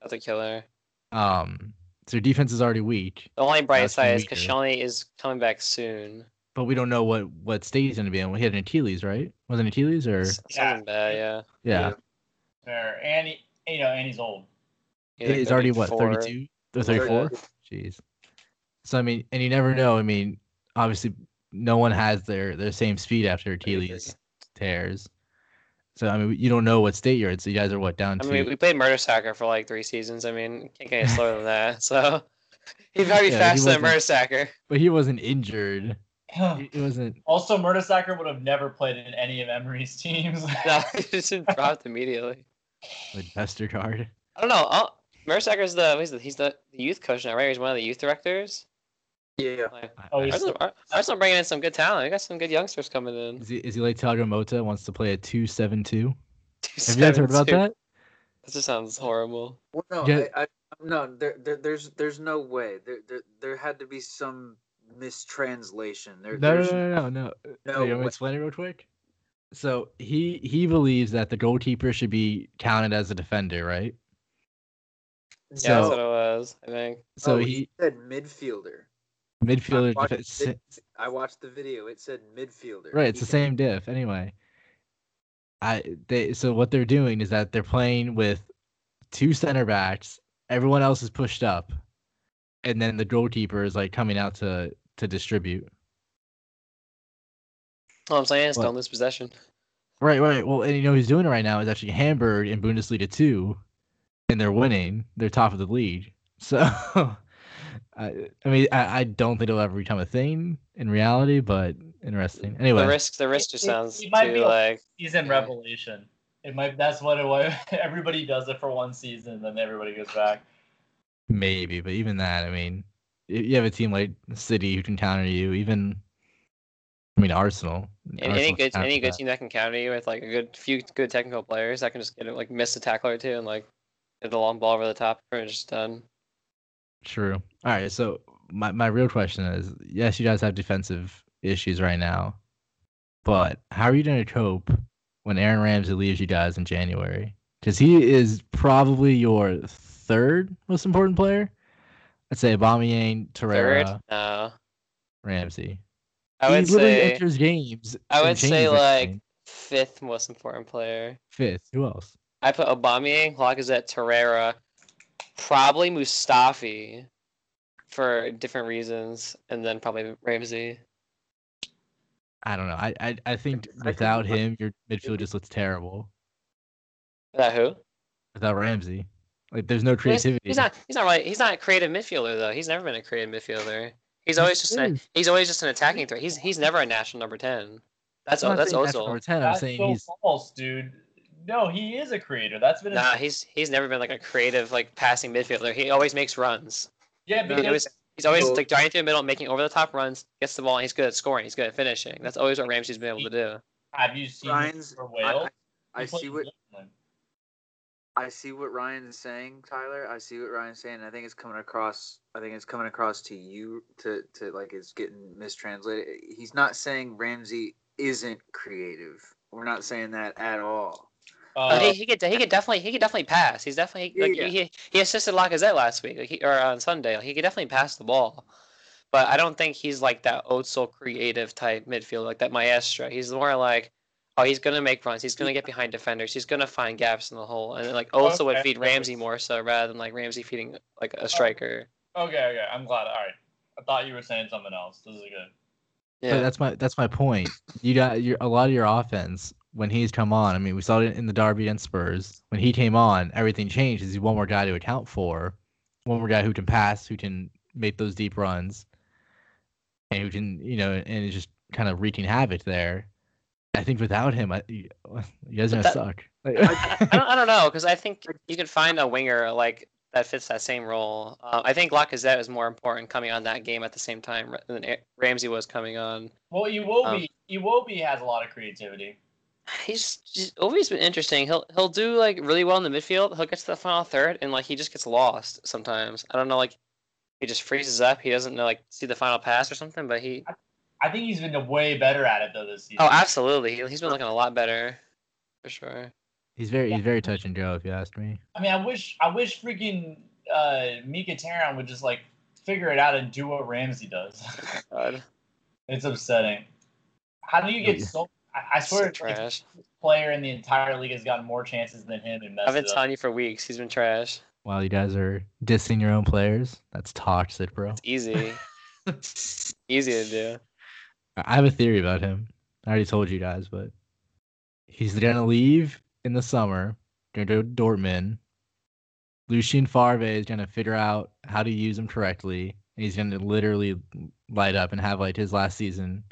Speaker 3: That's a killer.
Speaker 1: Um, So your defense is already weak,
Speaker 3: The only bright
Speaker 1: That's
Speaker 3: side is
Speaker 1: weaker.
Speaker 3: Kashani is coming back soon.
Speaker 1: but we don't know what what state he's going to be in. He had an Achilles, right? Was it an Achilles or
Speaker 3: S-
Speaker 2: Yeah.
Speaker 3: Something bad, yeah.
Speaker 1: yeah?
Speaker 2: Fair. And he, you know, and he's old.
Speaker 3: He's, like,
Speaker 1: he's already what
Speaker 3: 34.
Speaker 1: 32 or 34. Jeez. So I mean, and you never know. I mean, obviously, no one has their their same speed after Achilles tears. So I mean, you don't know what state you're in. So you guys are what down
Speaker 3: I
Speaker 1: to?
Speaker 3: mean, we played Murder Soccer for like three seasons. I mean, can't get any slower than that. So he'd probably be
Speaker 1: Yeah, he
Speaker 3: faster than
Speaker 1: wasn't-
Speaker 3: Murder Soccer.
Speaker 1: but he wasn't injured.
Speaker 4: Oh.
Speaker 1: He he wasn't.
Speaker 2: also, Murdasacker would have never played in any of Emery's teams.
Speaker 3: No, he just dropped immediately.
Speaker 1: Like Bester card.
Speaker 3: I don't know. I'll, Murder Soccer's the he's the he's the, the youth coach now, right? He's one of the youth directors.
Speaker 4: Yeah.
Speaker 3: Like,
Speaker 1: I-
Speaker 2: Oh,
Speaker 1: I-
Speaker 2: he's-
Speaker 3: Arsenal, Ar- Arsenal bringing in some good talent. They got some good youngsters coming in.
Speaker 1: is he is he like Tiago Mota wants to play a two seven two? Have you guys heard about
Speaker 3: 272.
Speaker 1: that?
Speaker 3: That just sounds horrible.
Speaker 4: Well, no,
Speaker 1: Yeah.
Speaker 4: I, I, no. There, there, there's, there's no way. There, there, there had to be some mistranslation. There,
Speaker 1: No, no,
Speaker 4: there's
Speaker 1: no, no, no. no.
Speaker 4: no,
Speaker 1: Wait, you want me to
Speaker 4: way.
Speaker 1: explain it real quick? So he he believes that the goalkeeper should be counted as a defender, right?
Speaker 3: Yeah, that's what it was. I think.
Speaker 1: So
Speaker 4: Oh,
Speaker 1: he
Speaker 4: said midfielder.
Speaker 1: midfielder,
Speaker 4: watching
Speaker 1: defe-
Speaker 4: it.
Speaker 1: s-
Speaker 4: I watched the video. It said midfielder.
Speaker 1: right? It's
Speaker 4: He-
Speaker 1: the same diff anyway. I they so what they're doing is that they're playing with two center backs. Everyone else is pushed up, and then the goalkeeper is like coming out to to distribute.
Speaker 3: All I'm saying is
Speaker 1: What?
Speaker 3: don't lose possession.
Speaker 1: Right, right. Well, and you know he's doing it right now is actually Hamburg in Bundesliga two, and they're winning. They're top of the league. So, I, I mean, I, I don't think it'll ever become a thing in reality, but interesting. Anyway,
Speaker 3: The risk, the risk just
Speaker 2: It- it-
Speaker 3: sounds
Speaker 2: it might
Speaker 3: too
Speaker 2: be a-
Speaker 3: like
Speaker 2: He's in
Speaker 3: Yeah.
Speaker 2: Revelation. It might. That's what it was. Everybody does it for one season, then everybody goes back.
Speaker 1: maybe, but even that, I mean, y- you have a team like City who can counter you. Even, I mean, Arsenal.
Speaker 3: any, any
Speaker 1: Arsenal can
Speaker 3: good
Speaker 1: counter
Speaker 3: any good
Speaker 1: that.
Speaker 3: team that can counter you with like a good few good technical players that can just get it like miss a tackle or two and like get the long ball over the top and it's just done.
Speaker 1: True. All right. So my, my real question is: Yes, you guys have defensive issues right now, but how are you going to cope when Aaron Ramsey leaves you guys in January? Because he is probably your third most important player. I'd say Aubameyang, Torreira,
Speaker 3: Third, no,
Speaker 1: Ramsey.
Speaker 3: I would
Speaker 1: he literally
Speaker 3: say
Speaker 1: enters games.
Speaker 3: I
Speaker 1: and
Speaker 3: would say
Speaker 1: changes
Speaker 3: like
Speaker 1: everything.
Speaker 3: fifth most important player.
Speaker 1: fifth. Who else?
Speaker 3: I put Aubameyang, Lacazette, Torreira, probably Mustafi for different reasons, and then probably Ramsey.
Speaker 1: I don't know. I I, I think
Speaker 4: I think
Speaker 1: without
Speaker 4: Aubame-
Speaker 1: him, your midfield just looks terrible.
Speaker 3: Is that who?
Speaker 1: Without Ramsey, like there's no
Speaker 3: He's-
Speaker 1: creativity.
Speaker 3: He's not. He's not really. He's not a creative midfielder though. He's never been a creative midfielder. He's
Speaker 1: Yes,
Speaker 3: always just
Speaker 1: he
Speaker 3: an.
Speaker 1: is.
Speaker 3: He's always just an attacking threat. He's he's never a national number ten. That's
Speaker 1: I'm
Speaker 3: o-
Speaker 1: not
Speaker 3: that's
Speaker 1: saying that's number
Speaker 3: Ozil.
Speaker 1: ten. I'm
Speaker 2: That's
Speaker 1: saying
Speaker 2: so
Speaker 1: he's
Speaker 2: false, dude. No, he is a creator. That's been his-
Speaker 3: Nah, he's he's never been like a creative like passing midfielder. He always makes runs.
Speaker 2: yeah,
Speaker 3: He
Speaker 2: because
Speaker 3: always, he's always
Speaker 4: Well-
Speaker 3: like driving through the middle, making over the top runs, gets the ball, and he's good at scoring. He's good at finishing. That's always what Ramsey's been able to do.
Speaker 2: have you seen
Speaker 4: Ryan's-
Speaker 2: him for
Speaker 4: I,
Speaker 2: Wales?
Speaker 4: I- I
Speaker 2: He
Speaker 4: see
Speaker 2: plays
Speaker 4: what
Speaker 2: England.
Speaker 4: I see what Ryan's saying, Tyler. I see what Ryan's saying. I think it's coming across. I think it's coming across to you to to like it's getting mistranslated. He's not saying Ramsey isn't creative. We're not saying that at all.
Speaker 3: But
Speaker 2: Uh,
Speaker 3: Oh, he, he could he could definitely he could definitely pass. He's definitely like
Speaker 4: Yeah.
Speaker 3: he, he assisted Lacazette last week like, he, or on Sunday. Like, he could definitely pass the ball, but I don't think he's like that Otso creative type midfielder like that Maestro. He's more like oh he's gonna make runs. He's gonna get behind defenders. He's gonna find gaps in the hole. And then, like Otso would
Speaker 2: Okay. Oh.
Speaker 3: feed Ramsey more so rather than like Ramsey feeding like a striker.
Speaker 2: okay, okay. I'm glad. All right. I thought you were saying something else. This is good.
Speaker 1: But
Speaker 3: Yeah,
Speaker 1: that's my that's my point. You got your a lot of your offense when he's come on. I mean, we saw it in the Derby and Spurs. When he came on, everything changed. He's one more guy to account for, one more guy who can pass, who can make those deep runs, and who can you know, and it's just kind of wreaking havoc there. I think without him, I, you you guys are gonna
Speaker 3: But that-
Speaker 1: suck.
Speaker 3: I, I don't, I don't know because I think you could find a winger like that fits that same role. Um, I think Lacazette is more important coming on that game at the same time ra- than A- Ramsey was coming on.
Speaker 2: Well, Iwobi,
Speaker 4: Oh.
Speaker 2: Iwobi has a lot of creativity.
Speaker 3: He's just, always been interesting. He'll he'll do like really well in the midfield. He'll get to the final third and like he just gets lost sometimes. I don't know like he just freezes up. He doesn't know, like see the final pass or something. But he
Speaker 2: I think he's been way better at it though this season.
Speaker 3: oh absolutely he, he's been looking a lot better for sure.
Speaker 1: he's very he's very touch and go, if you ask me.
Speaker 2: I mean, I wish I wish freaking uh, Mika Taron would just like figure it out and do what Ramsey does.
Speaker 3: God,
Speaker 2: it's upsetting. How do you get
Speaker 1: Yeah.
Speaker 2: so? I, I
Speaker 3: so
Speaker 2: swear, like,
Speaker 3: trash.
Speaker 2: player in the entire league has gotten more chances than him and messed
Speaker 3: I've been
Speaker 2: it up.
Speaker 3: telling you for weeks. He's been trash.
Speaker 1: While you guys are dissing your own players, that's toxic, bro.
Speaker 3: It's easy. easy to do.
Speaker 1: I have a theory about him. I already told you guys, but he's gonna leave in the summer, gonna go to Dortmund. Lucien Favre is gonna figure out how to use him correctly, and he's gonna literally light up and have like his last season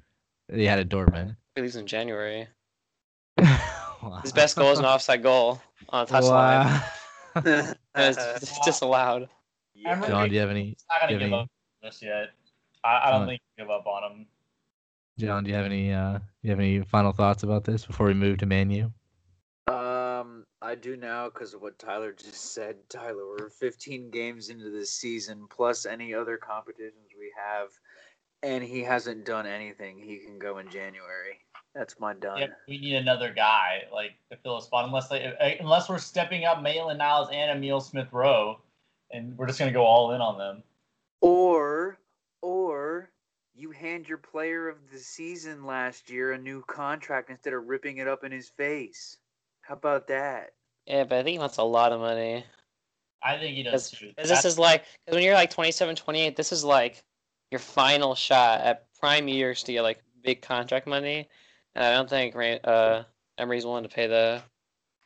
Speaker 1: that he had at Dortmund.
Speaker 3: He leaves in January.
Speaker 1: wow.
Speaker 3: His best goal is an offside goal on a touchline.
Speaker 1: Wow.
Speaker 3: It's, it's disallowed.
Speaker 4: Yeah.
Speaker 2: Emery-
Speaker 1: John, do you have any?
Speaker 2: He's not gonna
Speaker 1: Give
Speaker 2: give
Speaker 1: me-
Speaker 2: up just yet. I, I don't
Speaker 1: Uh,
Speaker 2: think he'll give up on him.
Speaker 1: John, do you have any? Uh, you have any final thoughts about this before we move to Manu?
Speaker 4: Um, I do now because of what Tyler just said. Tyler, we're 15 games into this season, plus any other competitions we have, and he hasn't done anything. He can go in January. That's my done.
Speaker 2: Yep, we need another guy like to fill a spot unless they uh, unless we're stepping up Maitland Niles and Emil Smith Rowe, and we're just gonna go all in on them.
Speaker 4: Or, or you hand your player of the season last year a new contract instead of ripping it up in his face. How about that?
Speaker 3: Yeah, but I think he wants a lot of money.
Speaker 2: I think he does.
Speaker 3: That's-
Speaker 2: Too.
Speaker 3: 'Cause this
Speaker 2: That's-
Speaker 3: is like 'cause when you're like 27, 28, this is like your final shot at prime years to get like big contract money. And I don't think Ran- uh, Emery's willing to pay the.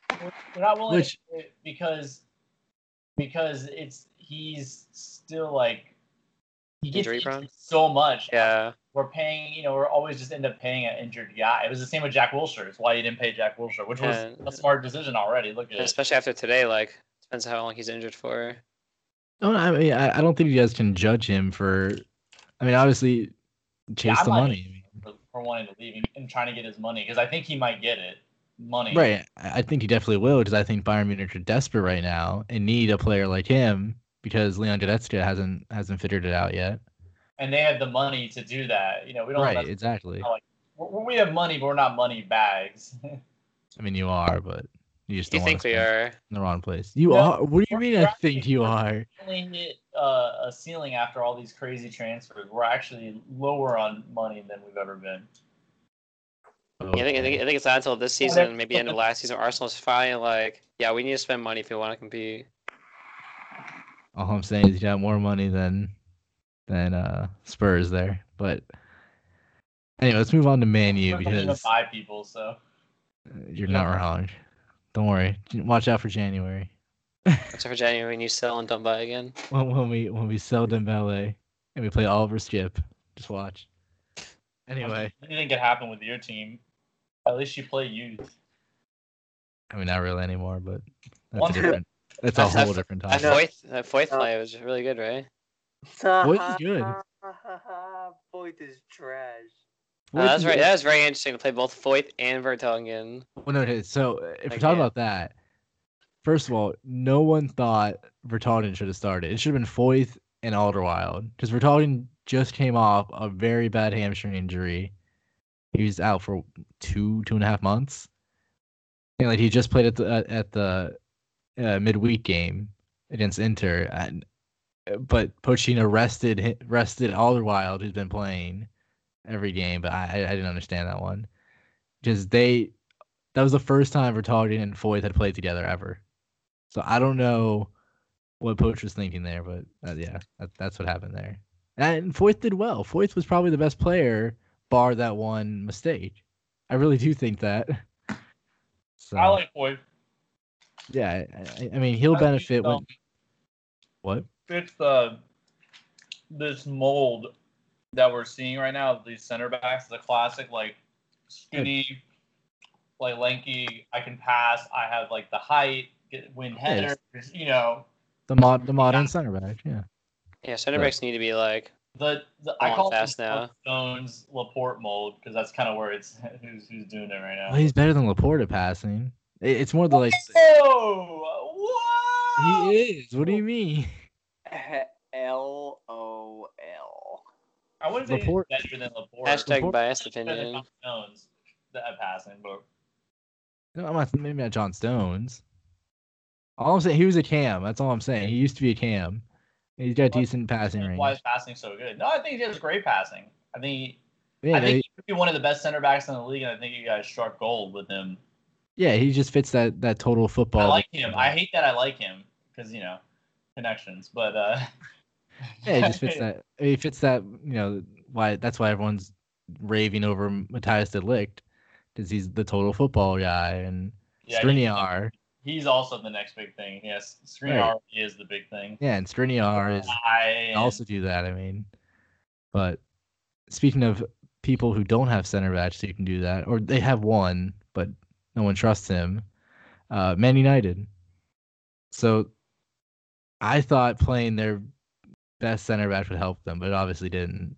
Speaker 2: They're not willing
Speaker 1: Which-
Speaker 2: to do it because because it's he's still like he gets
Speaker 3: Injury
Speaker 2: injured
Speaker 3: prone?
Speaker 2: so much.
Speaker 3: Yeah,
Speaker 2: We're paying, you know, we're always just end up paying an injured guy. It was the same with Jack Wilshere. It's why you didn't pay Jack Wilshere, which was
Speaker 3: And-
Speaker 2: a smart decision already. Look at
Speaker 3: and
Speaker 2: it.
Speaker 3: especially after today. Like depends how long he's injured for.
Speaker 1: No, I mean, I, I don't think you guys can judge him for. I mean, obviously, chase
Speaker 2: I
Speaker 1: the
Speaker 2: might-
Speaker 1: money.
Speaker 2: for, for wanting to leave and, and trying to get his money because I think he might get it.
Speaker 1: I
Speaker 2: Money.
Speaker 1: mean, right. I I think he definitely will because I think Bayern Munich are desperate right now and need a player like him because Leon Goretzka hasn't hasn't figured it out yet.
Speaker 2: And they have the money to do that. You know, we don't
Speaker 1: Right.
Speaker 2: have,
Speaker 1: Exactly.
Speaker 2: we we have money, but we're not money bags.
Speaker 1: I mean, you are, but you just
Speaker 3: Do
Speaker 1: don't
Speaker 3: you
Speaker 1: want
Speaker 3: think
Speaker 1: to
Speaker 3: we
Speaker 1: spend
Speaker 3: are?
Speaker 1: in the wrong place. You
Speaker 2: No,
Speaker 1: are. What do you
Speaker 2: we're
Speaker 1: mean? I
Speaker 2: drafting
Speaker 1: think you are.
Speaker 2: only hit uh, a ceiling after all these crazy transfers. We're actually lower on money than we've ever been.
Speaker 3: Yeah, I think, I think I think it's not until this
Speaker 2: Yeah,
Speaker 3: season,
Speaker 2: they're-
Speaker 3: maybe end of last season. Arsenal's finally like, yeah, we need to spend money if we want to compete.
Speaker 1: All I'm saying is you got more money than than uh Spurs there. But anyway, let's move on to Manu
Speaker 2: We're not gonna
Speaker 1: because uh,
Speaker 2: buy people, so
Speaker 1: you're
Speaker 2: Yeah.
Speaker 1: not wrong. Don't worry. Watch out for January
Speaker 3: Except for January when you sell and don't buy again.
Speaker 1: when, when we when we sell Dembele and we play Oliver Skip. Just watch. Anyway,
Speaker 2: anything could happen with your team. At least you play youth.
Speaker 1: I mean not really anymore, but that's a
Speaker 2: One-
Speaker 1: different. That's a
Speaker 3: I've-
Speaker 1: whole different
Speaker 3: That
Speaker 1: topic.
Speaker 3: fourth, that fourth
Speaker 1: Uh,
Speaker 3: play was really good, right?
Speaker 1: Boyd is good.
Speaker 4: Boyd is trash.
Speaker 3: Uh, that's right. That was very interesting to play both Foyth and Vertonghen.
Speaker 1: Well, no, okay, so uh, if
Speaker 3: Like,
Speaker 1: we're talking
Speaker 3: yeah.
Speaker 1: about that, first of all, no one thought Vertonghen should have started. It should have been Foyth and Alderwild because Vertonghen just came off a very bad hamstring injury. He was out for two, two and a half months, and like he just played at the uh, at the uh, midweek game against Inter, and but Pochino rested hi- rested Alderwild, who's been playing every game, but I I- I didn't understand that one because they that was the first time Vertonghen and Foyth had played together ever. So I don't know what Poach was thinking there, but uh, yeah, that, that's what happened there. And Foyth did well. Foyth was probably the best player, bar that one mistake. I really do think that. So
Speaker 2: I like boy.
Speaker 1: yeah, I, I- I mean he'll benefit when what?
Speaker 2: fits the uh, this mold that we're seeing right now of these center backs, the classic like skinny, like lanky, I can pass, I have like the height, get win headers, you know.
Speaker 1: The mod the modern center back, yeah.
Speaker 3: Yeah, center
Speaker 1: Right.
Speaker 3: backs need to be like
Speaker 2: The, the I
Speaker 3: Come on,
Speaker 2: call it
Speaker 3: fast now.
Speaker 2: the Stones Laporte mold because that's kind of where it's who's who's doing it right now.
Speaker 1: Well, he's better than Laporta passing. It, it's more the like
Speaker 2: Whoa! Whoa!
Speaker 1: he is. What do you mean?
Speaker 4: L O L.
Speaker 2: I wouldn't say
Speaker 1: Laporte-
Speaker 2: he's better than Laporte.
Speaker 3: hashtag
Speaker 1: Laporte-
Speaker 3: biased
Speaker 2: Better than
Speaker 3: opinion.
Speaker 2: Stones that passing, but
Speaker 1: No, I'm not maybe not John Stones. All I'm saying, he was a cam. That's all I'm saying. He used to be a cam. He's got
Speaker 2: Well,
Speaker 1: decent passing range.
Speaker 2: Why is passing so good? No, I think he has great passing. I think
Speaker 1: Yeah,
Speaker 2: I think he could be one of the best center backs in the league, and I think you guys struck gold with him.
Speaker 1: yeah, he just fits that that total football.
Speaker 2: I like him. I hate that I like him because you know connections, but uh,
Speaker 1: yeah, he just fits that. He fits that. You know why? That's why everyone's raving over Matthias Delict because he's the total football guy and
Speaker 2: Yeah, he-
Speaker 1: Skriniar.
Speaker 2: He's also the next big thing. Yes, Screen
Speaker 1: Right.
Speaker 2: is the big thing.
Speaker 1: Yeah, and Skriniar is
Speaker 2: I
Speaker 1: can also do that. I mean, but speaking of people who don't have center backs who can do that, or they have one, but no one trusts him, uh, Man United. So I thought playing their best center back would help them, but it obviously didn't.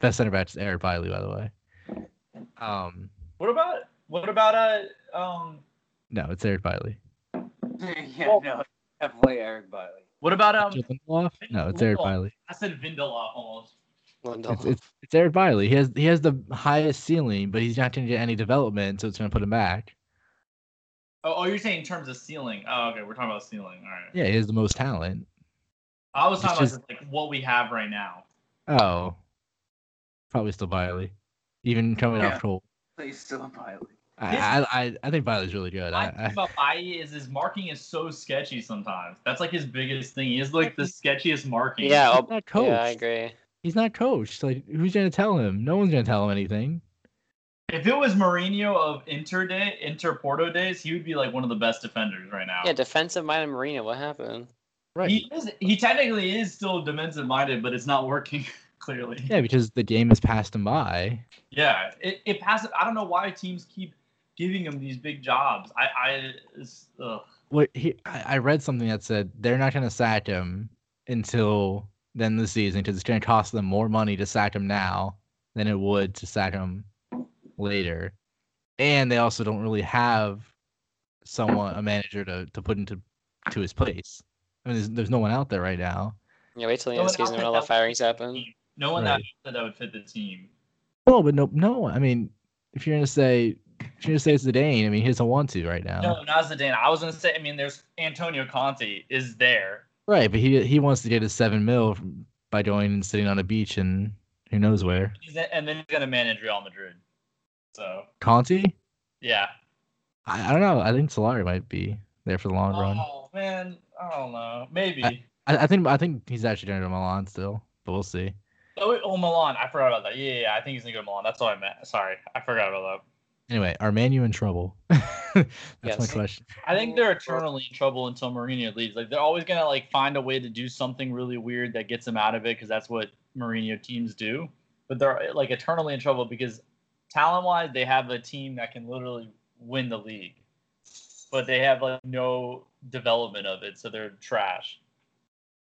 Speaker 1: Best center back is Eric Biley, by the way. Um,
Speaker 2: What about what about uh um
Speaker 1: no, it's Eric Biley.
Speaker 4: yeah, no, definitely Eric Biley.
Speaker 2: what about um
Speaker 1: Lindelof? No, it's Eric
Speaker 2: Lindelof.
Speaker 1: Biley.
Speaker 2: I said Vindelof almost.
Speaker 3: Lindell.
Speaker 1: It's, it's, it's Eric Biley. He has he has the highest ceiling, but he's not going to get any development, so it's going to put him back.
Speaker 2: Oh, oh, you're saying in terms of ceiling. Oh, okay, we're talking about ceiling. All right.
Speaker 1: Yeah, he has the most talent.
Speaker 2: I was
Speaker 1: It's
Speaker 2: talking
Speaker 1: just-
Speaker 2: about just, like what we have right now.
Speaker 1: Oh, probably still Biley, even coming
Speaker 4: Yeah.
Speaker 1: off cold.
Speaker 4: He's still Biley.
Speaker 1: I,
Speaker 2: This-
Speaker 1: I I I think Biley's really good.
Speaker 2: My thing
Speaker 1: I,
Speaker 2: about Baye is his marking is so sketchy sometimes. That's like his biggest thing. He is like the sketchiest marking.
Speaker 1: I
Speaker 3: yeah,
Speaker 1: he's
Speaker 3: I'll,
Speaker 1: not coached.
Speaker 3: yeah, I agree.
Speaker 1: He's not coached. Like who's going to tell him? No one's going to tell him anything.
Speaker 2: If it was Mourinho of Inter day, Inter Porto days, he would be like one of the best defenders right now.
Speaker 3: Yeah, defensive minded Marina. What happened?
Speaker 1: Right.
Speaker 2: He is. He technically is still defensive minded, but it's not working clearly.
Speaker 1: yeah, because the game has passed him by.
Speaker 2: Yeah, it, it passes. I don't know why teams keep giving him these big jobs. I, I, it's, ugh.
Speaker 1: What he I, I read something that said they're not going to sack him until then the season because it's going to cost them more money to sack him now than it would to sack him later, and they also don't really have someone a manager to, to put into to his place. I mean, there's, there's no one out there right now.
Speaker 3: Yeah, wait till the
Speaker 2: No,
Speaker 3: end of
Speaker 2: and
Speaker 3: the season
Speaker 2: I'll
Speaker 3: when
Speaker 2: take
Speaker 3: all the
Speaker 2: that-
Speaker 3: firings happen.
Speaker 2: no one
Speaker 1: Right.
Speaker 2: that that would fit the team.
Speaker 1: Well, but no, no. I mean, if you're gonna say if you're gonna say it's Zidane, I mean, he doesn't want to right now.
Speaker 2: No, not Zidane. I was gonna say. I mean, there's Antonio Conte is there.
Speaker 1: Right, but he he wants to get his seven mil from, by going and sitting on a beach and who knows where.
Speaker 2: He's a- and then he's gonna manage Real Madrid. So
Speaker 1: Conti?
Speaker 2: yeah.
Speaker 1: I, I don't know. I think Solari might be there for the long run.
Speaker 2: Oh man, I don't know. Maybe.
Speaker 1: I, I think I think he's actually going to Milan still, but we'll see.
Speaker 2: oh, wait, oh, Milan. I forgot about that. Yeah, yeah, yeah. I think he's gonna go to Milan. That's all I meant. Sorry, I forgot about that.
Speaker 1: Anyway, are Manu in trouble? That's my
Speaker 3: Yes.
Speaker 1: question.
Speaker 2: I think they're eternally in trouble until Mourinho leaves. Like they're always gonna like find a way to do something really weird that gets them out of it because that's what Mourinho teams do. But they're like eternally in trouble because talent wise, they have a team that can literally win the league, but they have like no development of it, so they're trash.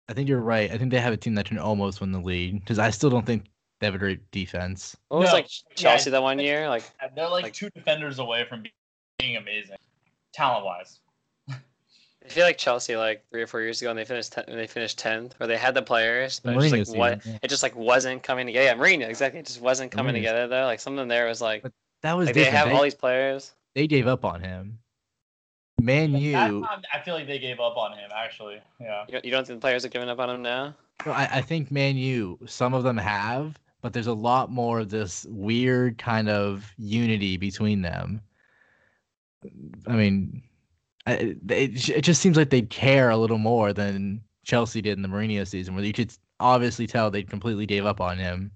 Speaker 1: I think you're right. I think they have a team that can almost win the league because I still don't think they have a great defense.
Speaker 3: What was
Speaker 2: No.
Speaker 3: like Chelsea that one year? Like
Speaker 2: And They're like,
Speaker 3: Like-
Speaker 2: two defenders away from being amazing, talent wise.
Speaker 3: I feel like Chelsea like three or four years ago, and they finished ten- and they finished tenth, or they had the players, but it's
Speaker 1: Mourinho's
Speaker 3: just, like what
Speaker 1: season, yeah.
Speaker 3: it just like wasn't coming together. Yeah, Mourinho exactly. It just wasn't coming
Speaker 1: Mourinho's-
Speaker 3: together though. Like something there was like,
Speaker 1: But That was
Speaker 3: like they
Speaker 1: different. eh?
Speaker 3: have
Speaker 1: they,
Speaker 3: all these players.
Speaker 1: they gave up on him. Man U.
Speaker 2: That time, I feel like they gave up on him actually. Yeah.
Speaker 3: You don't, you don't think the players are giving up on him now?
Speaker 1: No, I, I think Man U, some of them have, but there's a lot more of this weird kind of unity between them. I mean, I, it, j- it just seems like they care a little more than Chelsea did in the Mourinho season, where you could obviously tell they completely gave up on him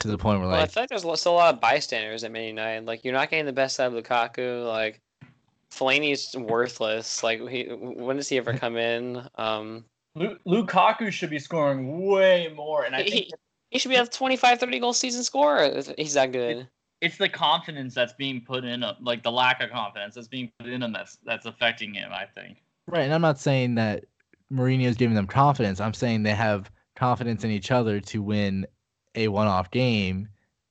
Speaker 1: to the point where,
Speaker 3: Well, I
Speaker 1: like,
Speaker 3: feel like there's lo- still a lot of bystanders at Man United. Like you're not getting the best out of Lukaku. Like Fellaini's worthless. Like he, when does he ever come in? Um,
Speaker 2: Lu- Lukaku should be scoring way more, and I
Speaker 3: he,
Speaker 2: think
Speaker 3: he, he should be a 25, 30 goal season scorer. if He's that good.
Speaker 2: it's the confidence that's being put in him, like the lack of confidence that's being put in him that's that's affecting him. I think.
Speaker 1: right. And I'm not saying that Mourinho's giving them confidence. I'm saying they have confidence in each other to win a one off game.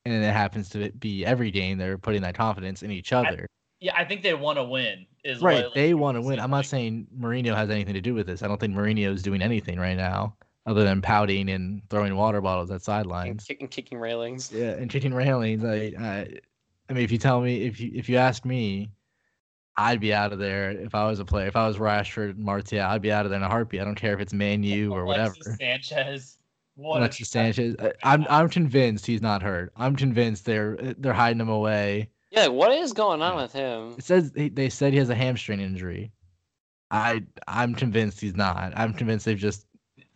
Speaker 1: And it happens to be every game they're putting that confidence in each other.
Speaker 2: Yeah, I think they want to win. Is
Speaker 1: Right,
Speaker 2: what-
Speaker 1: they want to win. I'm not
Speaker 2: like-
Speaker 1: saying Mourinho has anything to do with this. I don't think Mourinho is doing anything right now other than pouting and throwing water bottles at
Speaker 3: And,
Speaker 1: sidelines.
Speaker 3: kick, and kicking railings.
Speaker 1: Yeah, and kicking railings. I, I, I mean, if you tell me, if you if you ask me, I'd be out of there if I was a player. If I was Rashford, Martial, I'd be out of there in a heartbeat. I don't care if it's Man U or whatever.
Speaker 2: Alexis Sanchez. What a
Speaker 1: Alexis
Speaker 2: trap.
Speaker 1: Sanchez. I- I'm I'm convinced he's not hurt. I'm convinced they're they're hiding him away.
Speaker 3: Yeah, what is going on with him?
Speaker 1: It says they, they said he has a hamstring injury. I I'm convinced he's not. I'm convinced they've just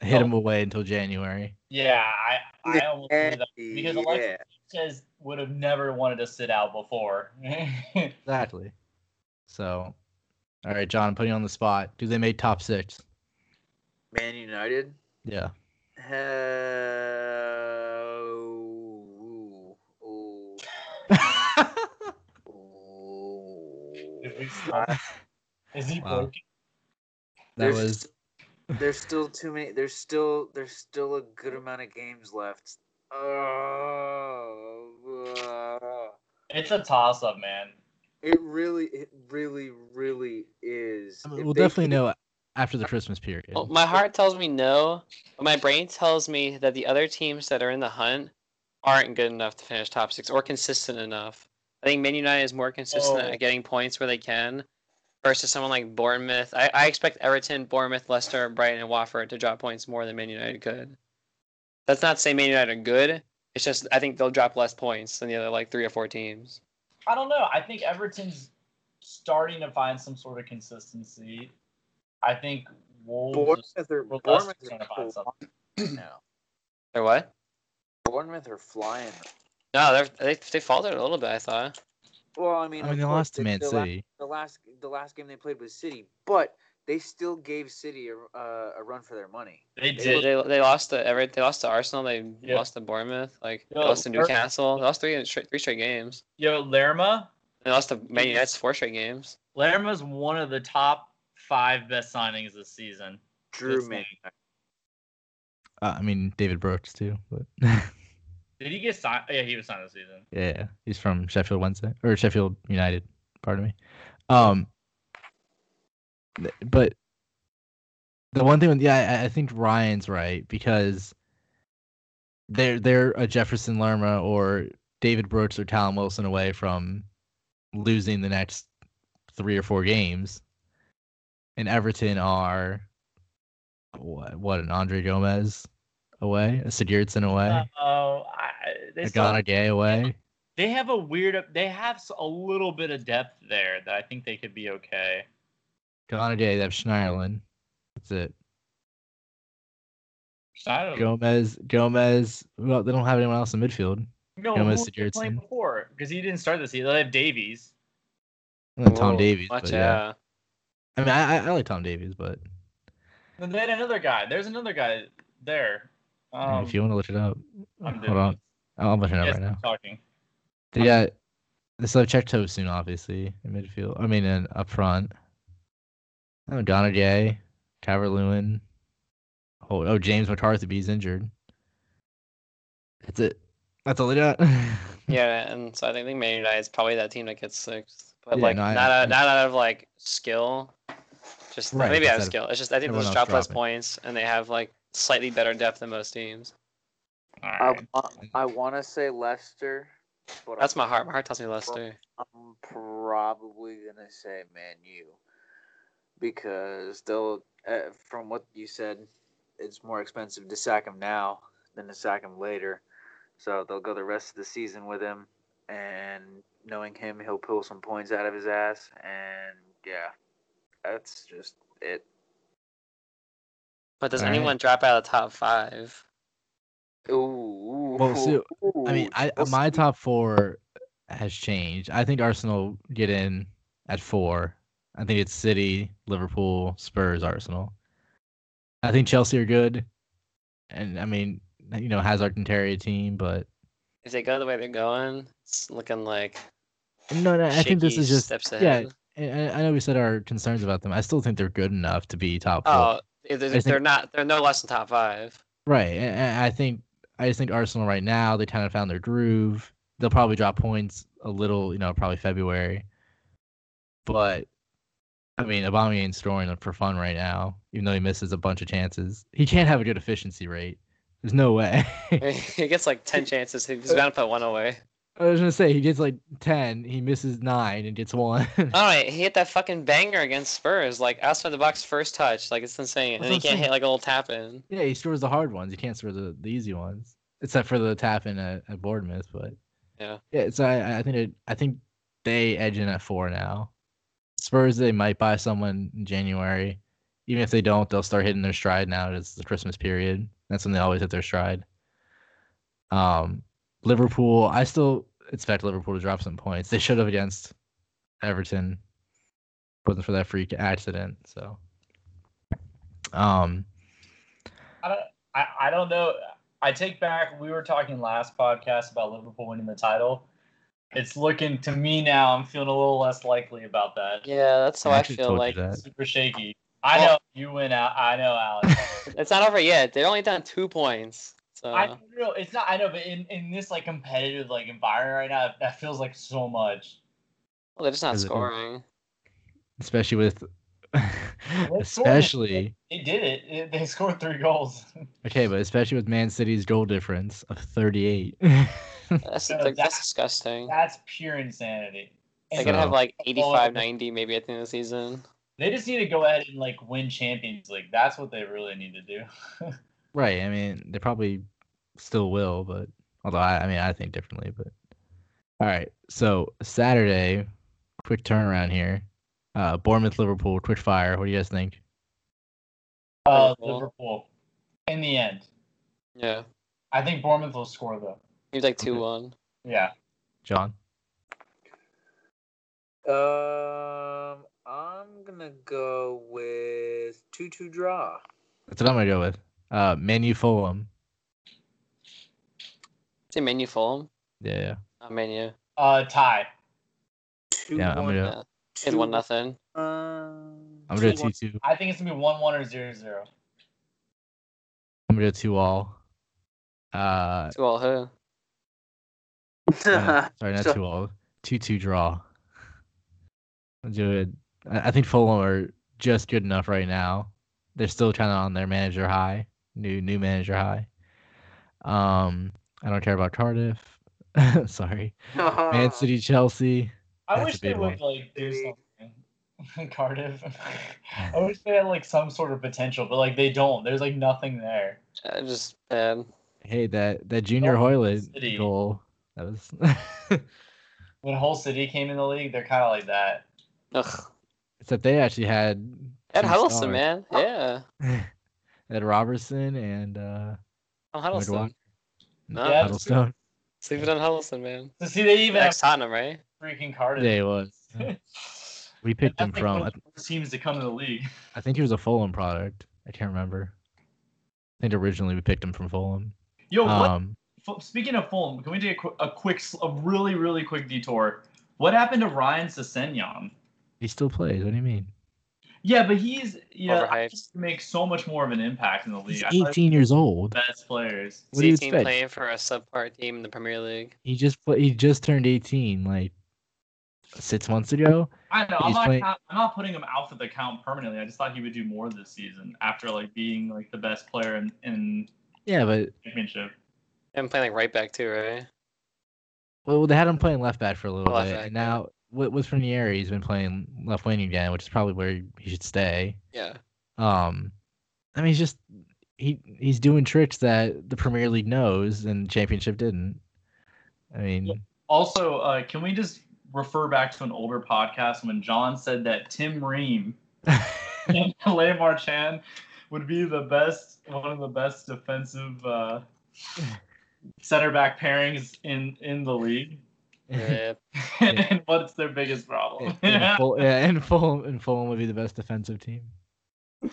Speaker 1: hit him away until January.
Speaker 2: Yeah, I, I almost believe that because Alexis
Speaker 4: yeah.
Speaker 2: Sanchez would have never wanted to sit out before.
Speaker 1: Exactly. So, all right, John, I'm putting you on the spot. Do they make top six?
Speaker 4: Man United.
Speaker 1: Yeah.
Speaker 4: Hell- ooh, ooh, ooh.
Speaker 2: Is he
Speaker 4: I-
Speaker 2: still- is he
Speaker 1: Wow.
Speaker 2: broken?
Speaker 1: that
Speaker 4: There's-
Speaker 1: was
Speaker 4: there's still too many. There's still there's still a good amount of games left. Uh, Oh,
Speaker 2: It's a toss up, man.
Speaker 4: it really, it really, really is. If
Speaker 1: we'll
Speaker 4: they
Speaker 1: definitely
Speaker 4: keep-
Speaker 1: know after the Christmas period.
Speaker 3: Well, my heart tells me no, but my brain tells me that the other teams that are in the hunt aren't good enough to finish top six or consistent enough. I think Man United is more consistent
Speaker 2: Oh.
Speaker 3: at getting points where they can versus someone like Bournemouth. I, I expect Everton, Bournemouth, Leicester, Brighton, and Watford to drop points more than Man United could. That's not to say Man United are good. It's just I think they'll drop less points than the other like three or four teams.
Speaker 2: I don't know. I think Everton's starting to find some sort of consistency. I think Wolves.
Speaker 4: Bournemouth are
Speaker 2: Well,
Speaker 4: Bournemouth
Speaker 2: Leicester's gonna
Speaker 4: are
Speaker 2: find something.
Speaker 4: flying now.
Speaker 3: Or what?
Speaker 4: Bournemouth are flying.
Speaker 3: No, they're, they they faltered a little bit. I thought.
Speaker 4: Well, I mean,
Speaker 1: I mean,
Speaker 4: of
Speaker 1: they
Speaker 4: course,
Speaker 1: lost to Man
Speaker 4: the la-
Speaker 1: City.
Speaker 4: the last the last game they played was City, but they still gave City a, uh, a run for their money.
Speaker 2: They
Speaker 3: They,
Speaker 2: did.
Speaker 3: they, they lost to Everett. They lost to Arsenal. They
Speaker 2: Yeah.
Speaker 3: lost to Bournemouth. Like
Speaker 2: Yeah,
Speaker 3: they lost to
Speaker 2: Bur-
Speaker 3: Newcastle. They lost three in straight, three straight games.
Speaker 2: Yo, Lerma.
Speaker 3: They lost to Man United's four straight games.
Speaker 2: Lerma's one of the top five best signings this season.
Speaker 4: Drew
Speaker 2: Just
Speaker 4: Man.
Speaker 1: Uh, I mean, David Brooks too. But
Speaker 2: Did he get signed? Yeah, he was signed this season.
Speaker 1: yeah, he's from Sheffield Wednesday or Sheffield United. Pardon me. Um, th- but the one thing, with- yeah, I, I think Ryan's right because they're they're a Jefferson Lerma or David Brooks or Talon Wilson away from losing the next three or four games, and Everton are what what an Andre Gomez away, a Sigurdsson away,
Speaker 2: Oh, I, they,
Speaker 1: a
Speaker 2: still-
Speaker 1: Ghana Gay away.
Speaker 2: they have a weird. They have s- a little bit of depth there that I think they could be okay.
Speaker 1: Gone today. They have Schneiderlin. That's it.
Speaker 2: Schneider,
Speaker 1: Gomez. Gomez. Well, they don't have anyone else in midfield.
Speaker 2: no, who
Speaker 1: Gomez
Speaker 2: was he playing
Speaker 1: Sigurdsson.
Speaker 2: before? Because he didn't start this season. They have Davies.
Speaker 1: And then Uh, Tom
Speaker 3: Whoa,
Speaker 1: Davies.
Speaker 3: Watch
Speaker 1: but yeah.
Speaker 3: out.
Speaker 1: I mean, I, I- I like Tom Davies, but
Speaker 2: And then another guy. There's another guy there.
Speaker 1: I mean,
Speaker 2: Um,
Speaker 1: if you want to look it up,
Speaker 2: I'm
Speaker 1: hold
Speaker 2: doing
Speaker 1: on.
Speaker 2: it.
Speaker 1: I'll look it up
Speaker 2: Yes,
Speaker 1: right now.
Speaker 2: I'm talking.
Speaker 1: They got. So check Toast soon, obviously in midfield. I mean, in up front. Oh, Donadier, Tyler Lewin. Oh, oh, James McCarthy. but He's injured. That's it. That's all they got.
Speaker 3: Yeah, and so I think, I think Man United is probably that team that gets sixth, but
Speaker 1: Yeah,
Speaker 3: like
Speaker 1: no, I-
Speaker 3: not out,
Speaker 1: I-
Speaker 3: not out of like skill. Just
Speaker 1: Right,
Speaker 3: maybe
Speaker 1: it's
Speaker 3: out
Speaker 1: out
Speaker 3: of
Speaker 1: of-
Speaker 3: skill. It's just I think they
Speaker 1: everyone
Speaker 3: just
Speaker 1: else
Speaker 3: drop less
Speaker 1: dropping.
Speaker 3: points, and they have like slightly better depth than most teams.
Speaker 2: All
Speaker 4: I,
Speaker 2: right.
Speaker 4: wa- I want to say Leicester, but
Speaker 3: That's
Speaker 4: I'm,
Speaker 3: my heart. My heart tells me Leicester.
Speaker 4: I'm probably gonna say Man U because they'll, uh, from what you said, it's more expensive to sack him now than to sack him later. So they'll go the rest of the season with him, and knowing him, he'll pull some points out of his ass, and yeah, that's just it.
Speaker 3: But does
Speaker 1: Alright.
Speaker 3: anyone drop out of the top five?
Speaker 4: Ooh.
Speaker 1: Well, so, I mean, I uh,
Speaker 4: We'll
Speaker 1: my
Speaker 4: see.
Speaker 1: top four has changed. I think Arsenal get in at four. I think it's City, Liverpool, Spurs, Arsenal. I think Chelsea are good, and I mean, you know, Hazard and Terry a team, but
Speaker 3: If they go the way they're going, it's looking like
Speaker 1: no, no I think this
Speaker 3: shaky
Speaker 1: is just.
Speaker 3: steps
Speaker 1: yeah,
Speaker 3: ahead.
Speaker 1: I I know we said our concerns about them. I still think they're good enough to be top four.
Speaker 3: Oh, if they're,
Speaker 1: I think-
Speaker 3: they're not. They're no less than top five.
Speaker 1: Right. And, and I think I just think Arsenal right now they kind of found their groove. They'll probably drop points a little, you know, probably February. But I mean, Aubameyang's scoring for fun right now, even though he misses a bunch of chances. He can't have a good efficiency rate. There's no way. Uh,
Speaker 3: he gets like ten chances. He's bound to put one away.
Speaker 1: I was gonna say he gets like ten, he misses nine and gets one.
Speaker 3: All right, Oh, he hit that fucking banger against Spurs, like outside the box first touch, like it's insane,
Speaker 1: That's
Speaker 3: and
Speaker 1: what
Speaker 3: he
Speaker 1: I'm
Speaker 3: can't
Speaker 1: saying.
Speaker 3: hit like a little tap in.
Speaker 1: yeah, he scores the hard ones. He can't score the, the easy ones, except for the tap in at, at Bournemouth. But
Speaker 3: Yeah.
Speaker 1: yeah. So I, I think it, I think they edge in at four now. Spurs they might buy someone in January. Even if they don't, they'll start hitting their stride now. It's the Christmas period. That's when they always hit their stride. Um, Liverpool, I still expect Liverpool to drop some points. They should have against Everton. Wasn't for that freak accident. So, um,
Speaker 2: I don't, I, I don't know. I take back. We were talking last podcast about Liverpool winning the title. It's looking to me now. I'm feeling a little less likely about that.
Speaker 3: Yeah, that's how
Speaker 1: I
Speaker 3: I,
Speaker 1: actually
Speaker 3: feel
Speaker 1: told you
Speaker 3: like.
Speaker 1: that.
Speaker 2: Super shaky. I
Speaker 3: Well-
Speaker 2: know you win out. I know, Alex.
Speaker 3: It's not over yet. They're only down two points. So
Speaker 2: I know it's not. I know, but in, in this like competitive like environment right now, that feels like so much.
Speaker 3: well, they're just not
Speaker 1: Is it-
Speaker 3: scoring.
Speaker 1: especially with
Speaker 2: scored it.
Speaker 1: especially
Speaker 2: They did it. It- they scored three goals.
Speaker 1: okay but especially with man city's goal difference of 38
Speaker 3: That's,
Speaker 2: No,
Speaker 3: like,
Speaker 2: that-
Speaker 3: that's disgusting.
Speaker 2: That's pure insanity.
Speaker 3: They're
Speaker 2: And
Speaker 3: gonna have
Speaker 1: So-
Speaker 3: like
Speaker 2: Well, I-
Speaker 3: 85, 90 maybe at the end of the season.
Speaker 2: they just need to go ahead and like win Champions League. That's what they really need to do.
Speaker 1: right i mean they probably still will but although I, I mean i think differently but all right so saturday quick turnaround here uh bournemouth liverpool quick fire what do you guys think
Speaker 2: Uh,
Speaker 3: Liverpool.
Speaker 2: Liverpool. In the end,
Speaker 3: Yeah,
Speaker 2: I think Bournemouth will score though.
Speaker 3: maybe like two one.
Speaker 2: Yeah.
Speaker 1: john
Speaker 4: Um, I'm gonna go with two two draw.
Speaker 1: that's what i'm gonna go with uh menu fulham
Speaker 3: Say menu Fulham.
Speaker 1: yeah yeah.
Speaker 3: Not menu.
Speaker 2: Uh, tie.
Speaker 4: Two
Speaker 1: Yeah, uh, I'm gonna-
Speaker 3: Yeah. It's one nothing.
Speaker 4: Um,
Speaker 1: i'm gonna
Speaker 4: two,
Speaker 1: go
Speaker 4: one.
Speaker 1: 2-2
Speaker 2: I think it's gonna be one one or zero zero.
Speaker 1: i'm gonna go 2 all uh
Speaker 3: Two all who?
Speaker 1: Uh, sorry, not
Speaker 4: So-
Speaker 1: too old. Two two draw. I'll do it. I I think Fulham are just good enough right now. They're still kind of on their manager high, new new manager high. Um, I don't care about Cardiff. sorry,
Speaker 4: Uh.
Speaker 1: Man City, Chelsea.
Speaker 2: I
Speaker 1: That's
Speaker 2: wish
Speaker 1: a
Speaker 2: they
Speaker 1: big
Speaker 2: would like do
Speaker 4: Big.
Speaker 2: something. Cardiff. I wish they had like some sort of potential, but like they don't. There's like nothing there.
Speaker 3: Uh, just bad.
Speaker 1: Hey, that that Junior
Speaker 2: Oh,
Speaker 1: Hoyland
Speaker 2: City.
Speaker 1: goal. That was.
Speaker 2: When Hull City came in the league, they're kind of like that.
Speaker 3: Ugh.
Speaker 1: Except they actually had
Speaker 3: Ed
Speaker 1: two
Speaker 3: Huddleston,
Speaker 1: stars.
Speaker 3: man. Yeah.
Speaker 1: Ed Robertson and uh,
Speaker 3: Oh, Huddleston.
Speaker 1: Walker.
Speaker 3: No.
Speaker 2: Yeah.
Speaker 1: Huddlestone.
Speaker 3: Sleep it on Huddleston, man.
Speaker 2: So see, they even have
Speaker 3: Ex Tottenham, right?
Speaker 2: freaking Cardiff.
Speaker 1: Yeah, he was. We
Speaker 2: And
Speaker 1: picked him
Speaker 2: that's, like,
Speaker 1: from.
Speaker 2: one
Speaker 1: I
Speaker 2: of the worst teams to come to the league.
Speaker 1: I think he was a Fulham product. I can't remember. I think originally we picked him from Fulham.
Speaker 2: Yo, Oh, what?
Speaker 1: Um,
Speaker 2: F- Speaking of Fulham, can we do a, qu- a quick, s- a really, really quick detour? What happened to Ryan Sessegnon?
Speaker 1: he still plays. What do you mean?
Speaker 2: Yeah, but he's yeah I
Speaker 3: Overhyped.
Speaker 2: think he makes so much more of an impact in the
Speaker 1: He's
Speaker 2: league. I thought he was
Speaker 1: 18 years
Speaker 2: the
Speaker 1: old.
Speaker 2: best players.
Speaker 1: What do you
Speaker 3: 18
Speaker 1: expect?
Speaker 3: playing for a subpar team in the Premier League.
Speaker 1: He just play, He just turned 18 like six months ago.
Speaker 2: I know. I'm
Speaker 1: He's
Speaker 2: not,
Speaker 1: playing-
Speaker 2: count- I'm not putting him out of the count permanently. I just thought he would do more this season after like being like the best player in, in
Speaker 1: Yeah, but
Speaker 2: championship.
Speaker 3: And playing like right back too, right?
Speaker 1: well, they had him playing left back for a little
Speaker 2: Oh,
Speaker 3: Left
Speaker 1: bit,
Speaker 3: back,
Speaker 1: and
Speaker 3: yeah.
Speaker 1: now with, with Frenieri, he's been playing left wing again, which is probably where he he should stay.
Speaker 3: Yeah.
Speaker 1: Um, I mean, he's just he he's doing tricks that the Premier League knows and Championship didn't. I mean,
Speaker 2: Also, uh, can we just refer back to an older podcast when John said that Tim Ream and Lamar Chan would be the best, one of the best defensive uh, center back pairings in in the league?
Speaker 3: Rip.
Speaker 2: and what's their biggest problem?
Speaker 1: and Ful- yeah, and Fulham and Fulham would be the best defensive team.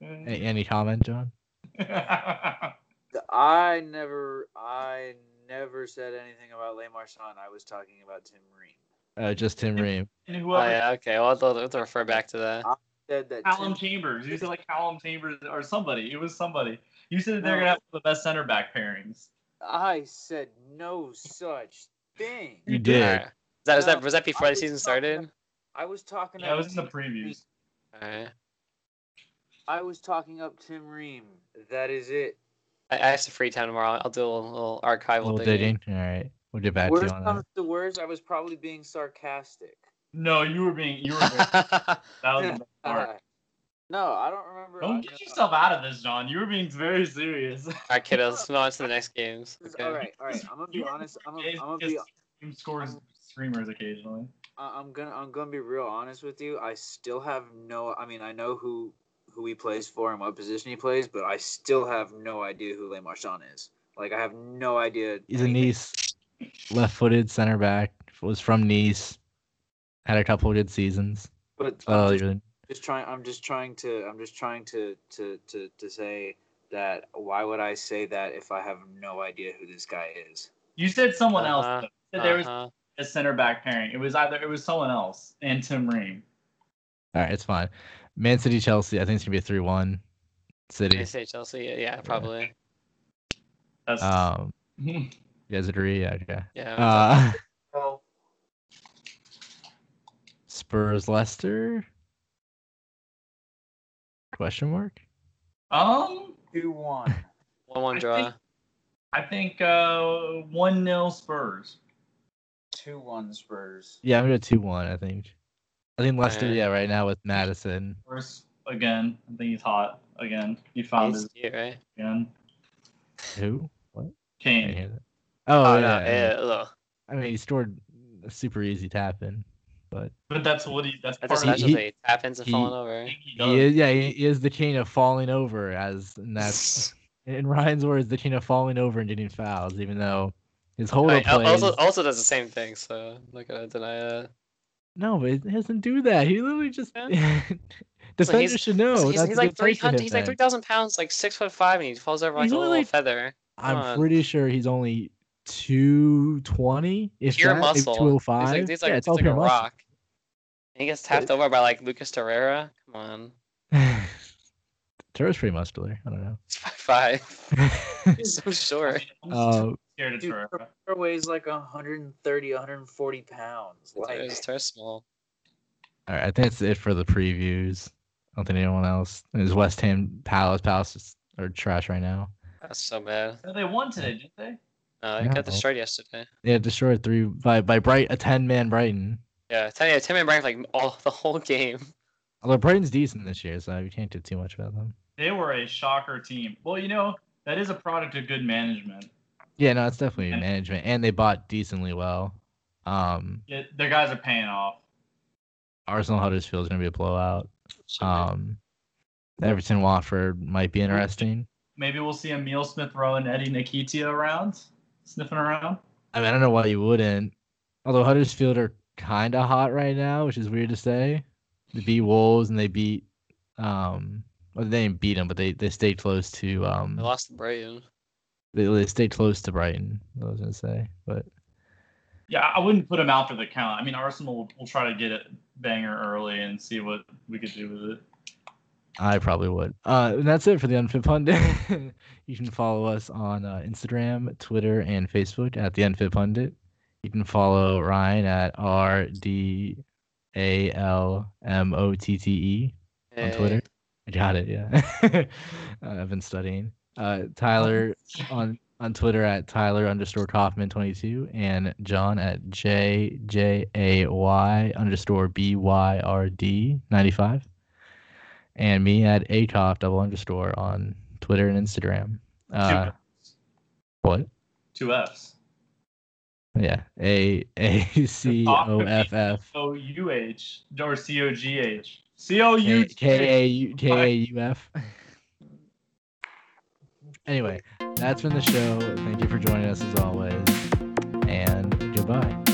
Speaker 1: A- Any comment, John?
Speaker 4: I never, I never said anything about Le Marchand. I was talking about Tim Ream.
Speaker 1: Uh, just Tim Ream.
Speaker 2: And
Speaker 3: Oh,
Speaker 2: whoever
Speaker 3: yeah. Okay. Well, I'll, I'll refer back to that.
Speaker 4: Said that
Speaker 2: Callum
Speaker 4: Tim,
Speaker 2: Chambers. You said like Callum Chambers or somebody. It was somebody. You said they're gonna have the best center back pairings.
Speaker 4: I said no such thing.
Speaker 1: You
Speaker 2: did.
Speaker 1: did.
Speaker 3: Alright. Was that, was
Speaker 4: No,
Speaker 3: that was that before
Speaker 4: I
Speaker 3: the
Speaker 4: was
Speaker 3: season
Speaker 4: talking
Speaker 3: started?
Speaker 4: I was talking.
Speaker 2: Yeah, it
Speaker 4: up
Speaker 2: was in the
Speaker 4: Tim Ream.
Speaker 2: previews.
Speaker 3: Alright.
Speaker 4: I was talking up Tim Ream. That is it.
Speaker 3: I, I have some free time tomorrow. I'll do a little, little archival
Speaker 1: little
Speaker 3: digging.
Speaker 1: digging. All right. We'll get back to you
Speaker 4: Worst
Speaker 1: on
Speaker 4: comes
Speaker 1: that.
Speaker 4: to worst, I was probably being sarcastic.
Speaker 2: No, you were being you were. Very, that was a bad part.
Speaker 4: Uh, no, I don't remember. I
Speaker 2: Don't get
Speaker 4: know-
Speaker 2: yourself out of this, John. You were being very serious.
Speaker 3: Alright, kiddos, let's move on to the next games.
Speaker 4: This is-
Speaker 3: Okay.
Speaker 4: All right, all right. I'm gonna be honest. I'm gonna, I'm gonna be.
Speaker 2: Team scores screamers occasionally.
Speaker 4: I- I'm gonna I'm gonna be real honest with you. I still have no. I mean, I know who who he plays for and what position he plays, but I still have no idea who Le Marchand is. Like, I have no idea.
Speaker 1: He's a
Speaker 4: anything.
Speaker 1: Nice, left-footed center back. Was from Nice. Had a couple of good seasons.
Speaker 4: But I'm
Speaker 1: Oh,
Speaker 4: just,
Speaker 1: you're-
Speaker 4: just trying. I'm just trying to. I'm just trying to to to to say that. Why would I say that if I have no idea who this guy is?
Speaker 2: You said someone else.
Speaker 3: Uh-huh.
Speaker 2: though. You said There was
Speaker 3: Uh-huh.
Speaker 2: a center back pairing. It was either it was someone else and Tim Ream.
Speaker 1: all right, it's fine. Man City, Chelsea. I think it's gonna be a three-one.
Speaker 3: I
Speaker 1: City.
Speaker 3: say Chelsea. Yeah, yeah, probably.
Speaker 2: That's
Speaker 1: Um, you guys agree? Yeah, Okay.
Speaker 3: Yeah.
Speaker 1: Uh,
Speaker 4: Oh,
Speaker 1: Spurs, Leicester. Question mark.
Speaker 2: um.
Speaker 4: two one.
Speaker 3: one one
Speaker 2: I
Speaker 3: draw.
Speaker 2: think- I think uh one 0 Spurs.
Speaker 4: Two one Spurs.
Speaker 1: Yeah, I'm gonna go two-one. I think. I think Leicester.
Speaker 3: Alright.
Speaker 1: Yeah, right now with Madison.
Speaker 2: Spurs again. I think he's hot again. He found
Speaker 3: He's
Speaker 2: his
Speaker 3: cute, right?
Speaker 2: again.
Speaker 1: Who? What? I didn't
Speaker 2: Kane.
Speaker 1: hear that. Oh,
Speaker 3: Oh,
Speaker 1: yeah.
Speaker 3: no,
Speaker 1: I mean-
Speaker 3: yeah, look.
Speaker 1: I mean, he scored a super easy tap in, but
Speaker 2: But that's what he. That's
Speaker 3: That's a
Speaker 2: part of
Speaker 1: He-
Speaker 3: specialty. Tap ins and
Speaker 1: he-
Speaker 3: falling over.
Speaker 2: the
Speaker 3: right?
Speaker 2: thing he does.
Speaker 1: he is, yeah, he is the king of falling over, as and that's in Ryan's words, the king of falling over and getting fouls, even though his hold up
Speaker 3: Wait, al-
Speaker 1: plays.
Speaker 3: also, also does the same thing, so I'm not gonna deny that.
Speaker 1: no, but he doesn't do that. He literally just defenders
Speaker 3: he's-
Speaker 1: should know.
Speaker 3: So he's,
Speaker 1: not
Speaker 3: he's
Speaker 1: to
Speaker 3: like
Speaker 1: give play
Speaker 3: three
Speaker 1: to
Speaker 3: hundred.
Speaker 1: him
Speaker 3: He's like
Speaker 1: then.
Speaker 3: three thousand pounds, like six foot five, and he falls over like
Speaker 1: He's
Speaker 3: a
Speaker 1: only,
Speaker 3: little
Speaker 1: like-
Speaker 3: feather.
Speaker 1: I'm
Speaker 3: Come on.
Speaker 1: pretty sure he's only two twenty, if
Speaker 3: Pure
Speaker 1: that,
Speaker 3: muscle.
Speaker 1: two oh five.
Speaker 3: He's like, he's like,
Speaker 1: yeah,
Speaker 3: he's
Speaker 1: it's all
Speaker 3: like a
Speaker 1: pure muscle.
Speaker 3: rock. And he gets tapped over by like Lucas Torreira. Come on,
Speaker 1: Terra's pretty muscular. I don't know.
Speaker 3: he's five five. He's so
Speaker 2: I
Speaker 3: short.
Speaker 2: mean, I'm
Speaker 1: Uh,
Speaker 2: scared of
Speaker 4: Dude,
Speaker 2: Torreira.
Speaker 4: Her weighs like 130, 140 pounds. Like,
Speaker 3: His Torreira's small.
Speaker 1: All right, I think that's it for the previews. I don't think anyone else. And It's West Ham Palace. Palace is, are trash right now.
Speaker 3: That's so bad.
Speaker 2: They won today, didn't they?
Speaker 3: No, he
Speaker 1: Yeah.
Speaker 3: got destroyed yesterday.
Speaker 1: They had destroyed three by by Bright a ten man Brighton.
Speaker 3: Yeah, Tim, yeah, Tim and Brian for like all the whole game.
Speaker 1: Although Brighton's decent this year, so you can't do too much about them.
Speaker 2: They were a shocker team. Well, you know that is a product of good management.
Speaker 1: Yeah, no, it's definitely
Speaker 2: And-
Speaker 1: management, and they bought decently well. Um,
Speaker 2: Yeah, their guys are paying off.
Speaker 1: Arsenal Huddersfield is gonna be a blowout. Um, Everton Watford might be interesting.
Speaker 2: Maybe we'll see Emil Smith Rowe and Eddie Nikitia around, sniffing around.
Speaker 1: I mean, I don't know why you wouldn't. Although Huddersfield are kind of hot right now, which is weird to say. They beat Wolves and they beat, um, well, they didn't beat them, but they, they stayed close to
Speaker 3: they
Speaker 1: um,
Speaker 3: lost to Brighton.
Speaker 1: they, they stayed close to Brighton. I was gonna say, but
Speaker 2: Yeah, I wouldn't put him out for the count. I mean, Arsenal will, will try to get it banger early and see what we could do with it.
Speaker 1: I probably would. Uh, and that's it for the Unfit Pundit. you can follow us on uh, Instagram, Twitter, and Facebook at the Unfit Pundit. You can follow Ryan at R D A L M O T T E.
Speaker 3: Eh.
Speaker 1: on Twitter. I got it. Yeah, uh, I've been studying. Uh, Tyler on on Twitter at Tyler underscore Kaufman twenty two and John at J J A Y underscore B Y R D ninety five, and me at Acoff double underscore on Twitter and Instagram. Uh, what?
Speaker 2: Two Fs.
Speaker 1: Yeah, A A C O F F
Speaker 2: O U H or C O G H. C O U
Speaker 1: K
Speaker 2: G H.
Speaker 1: K A U K A U F. Anyway, that's been the show. Thank you for joining us as always, and goodbye.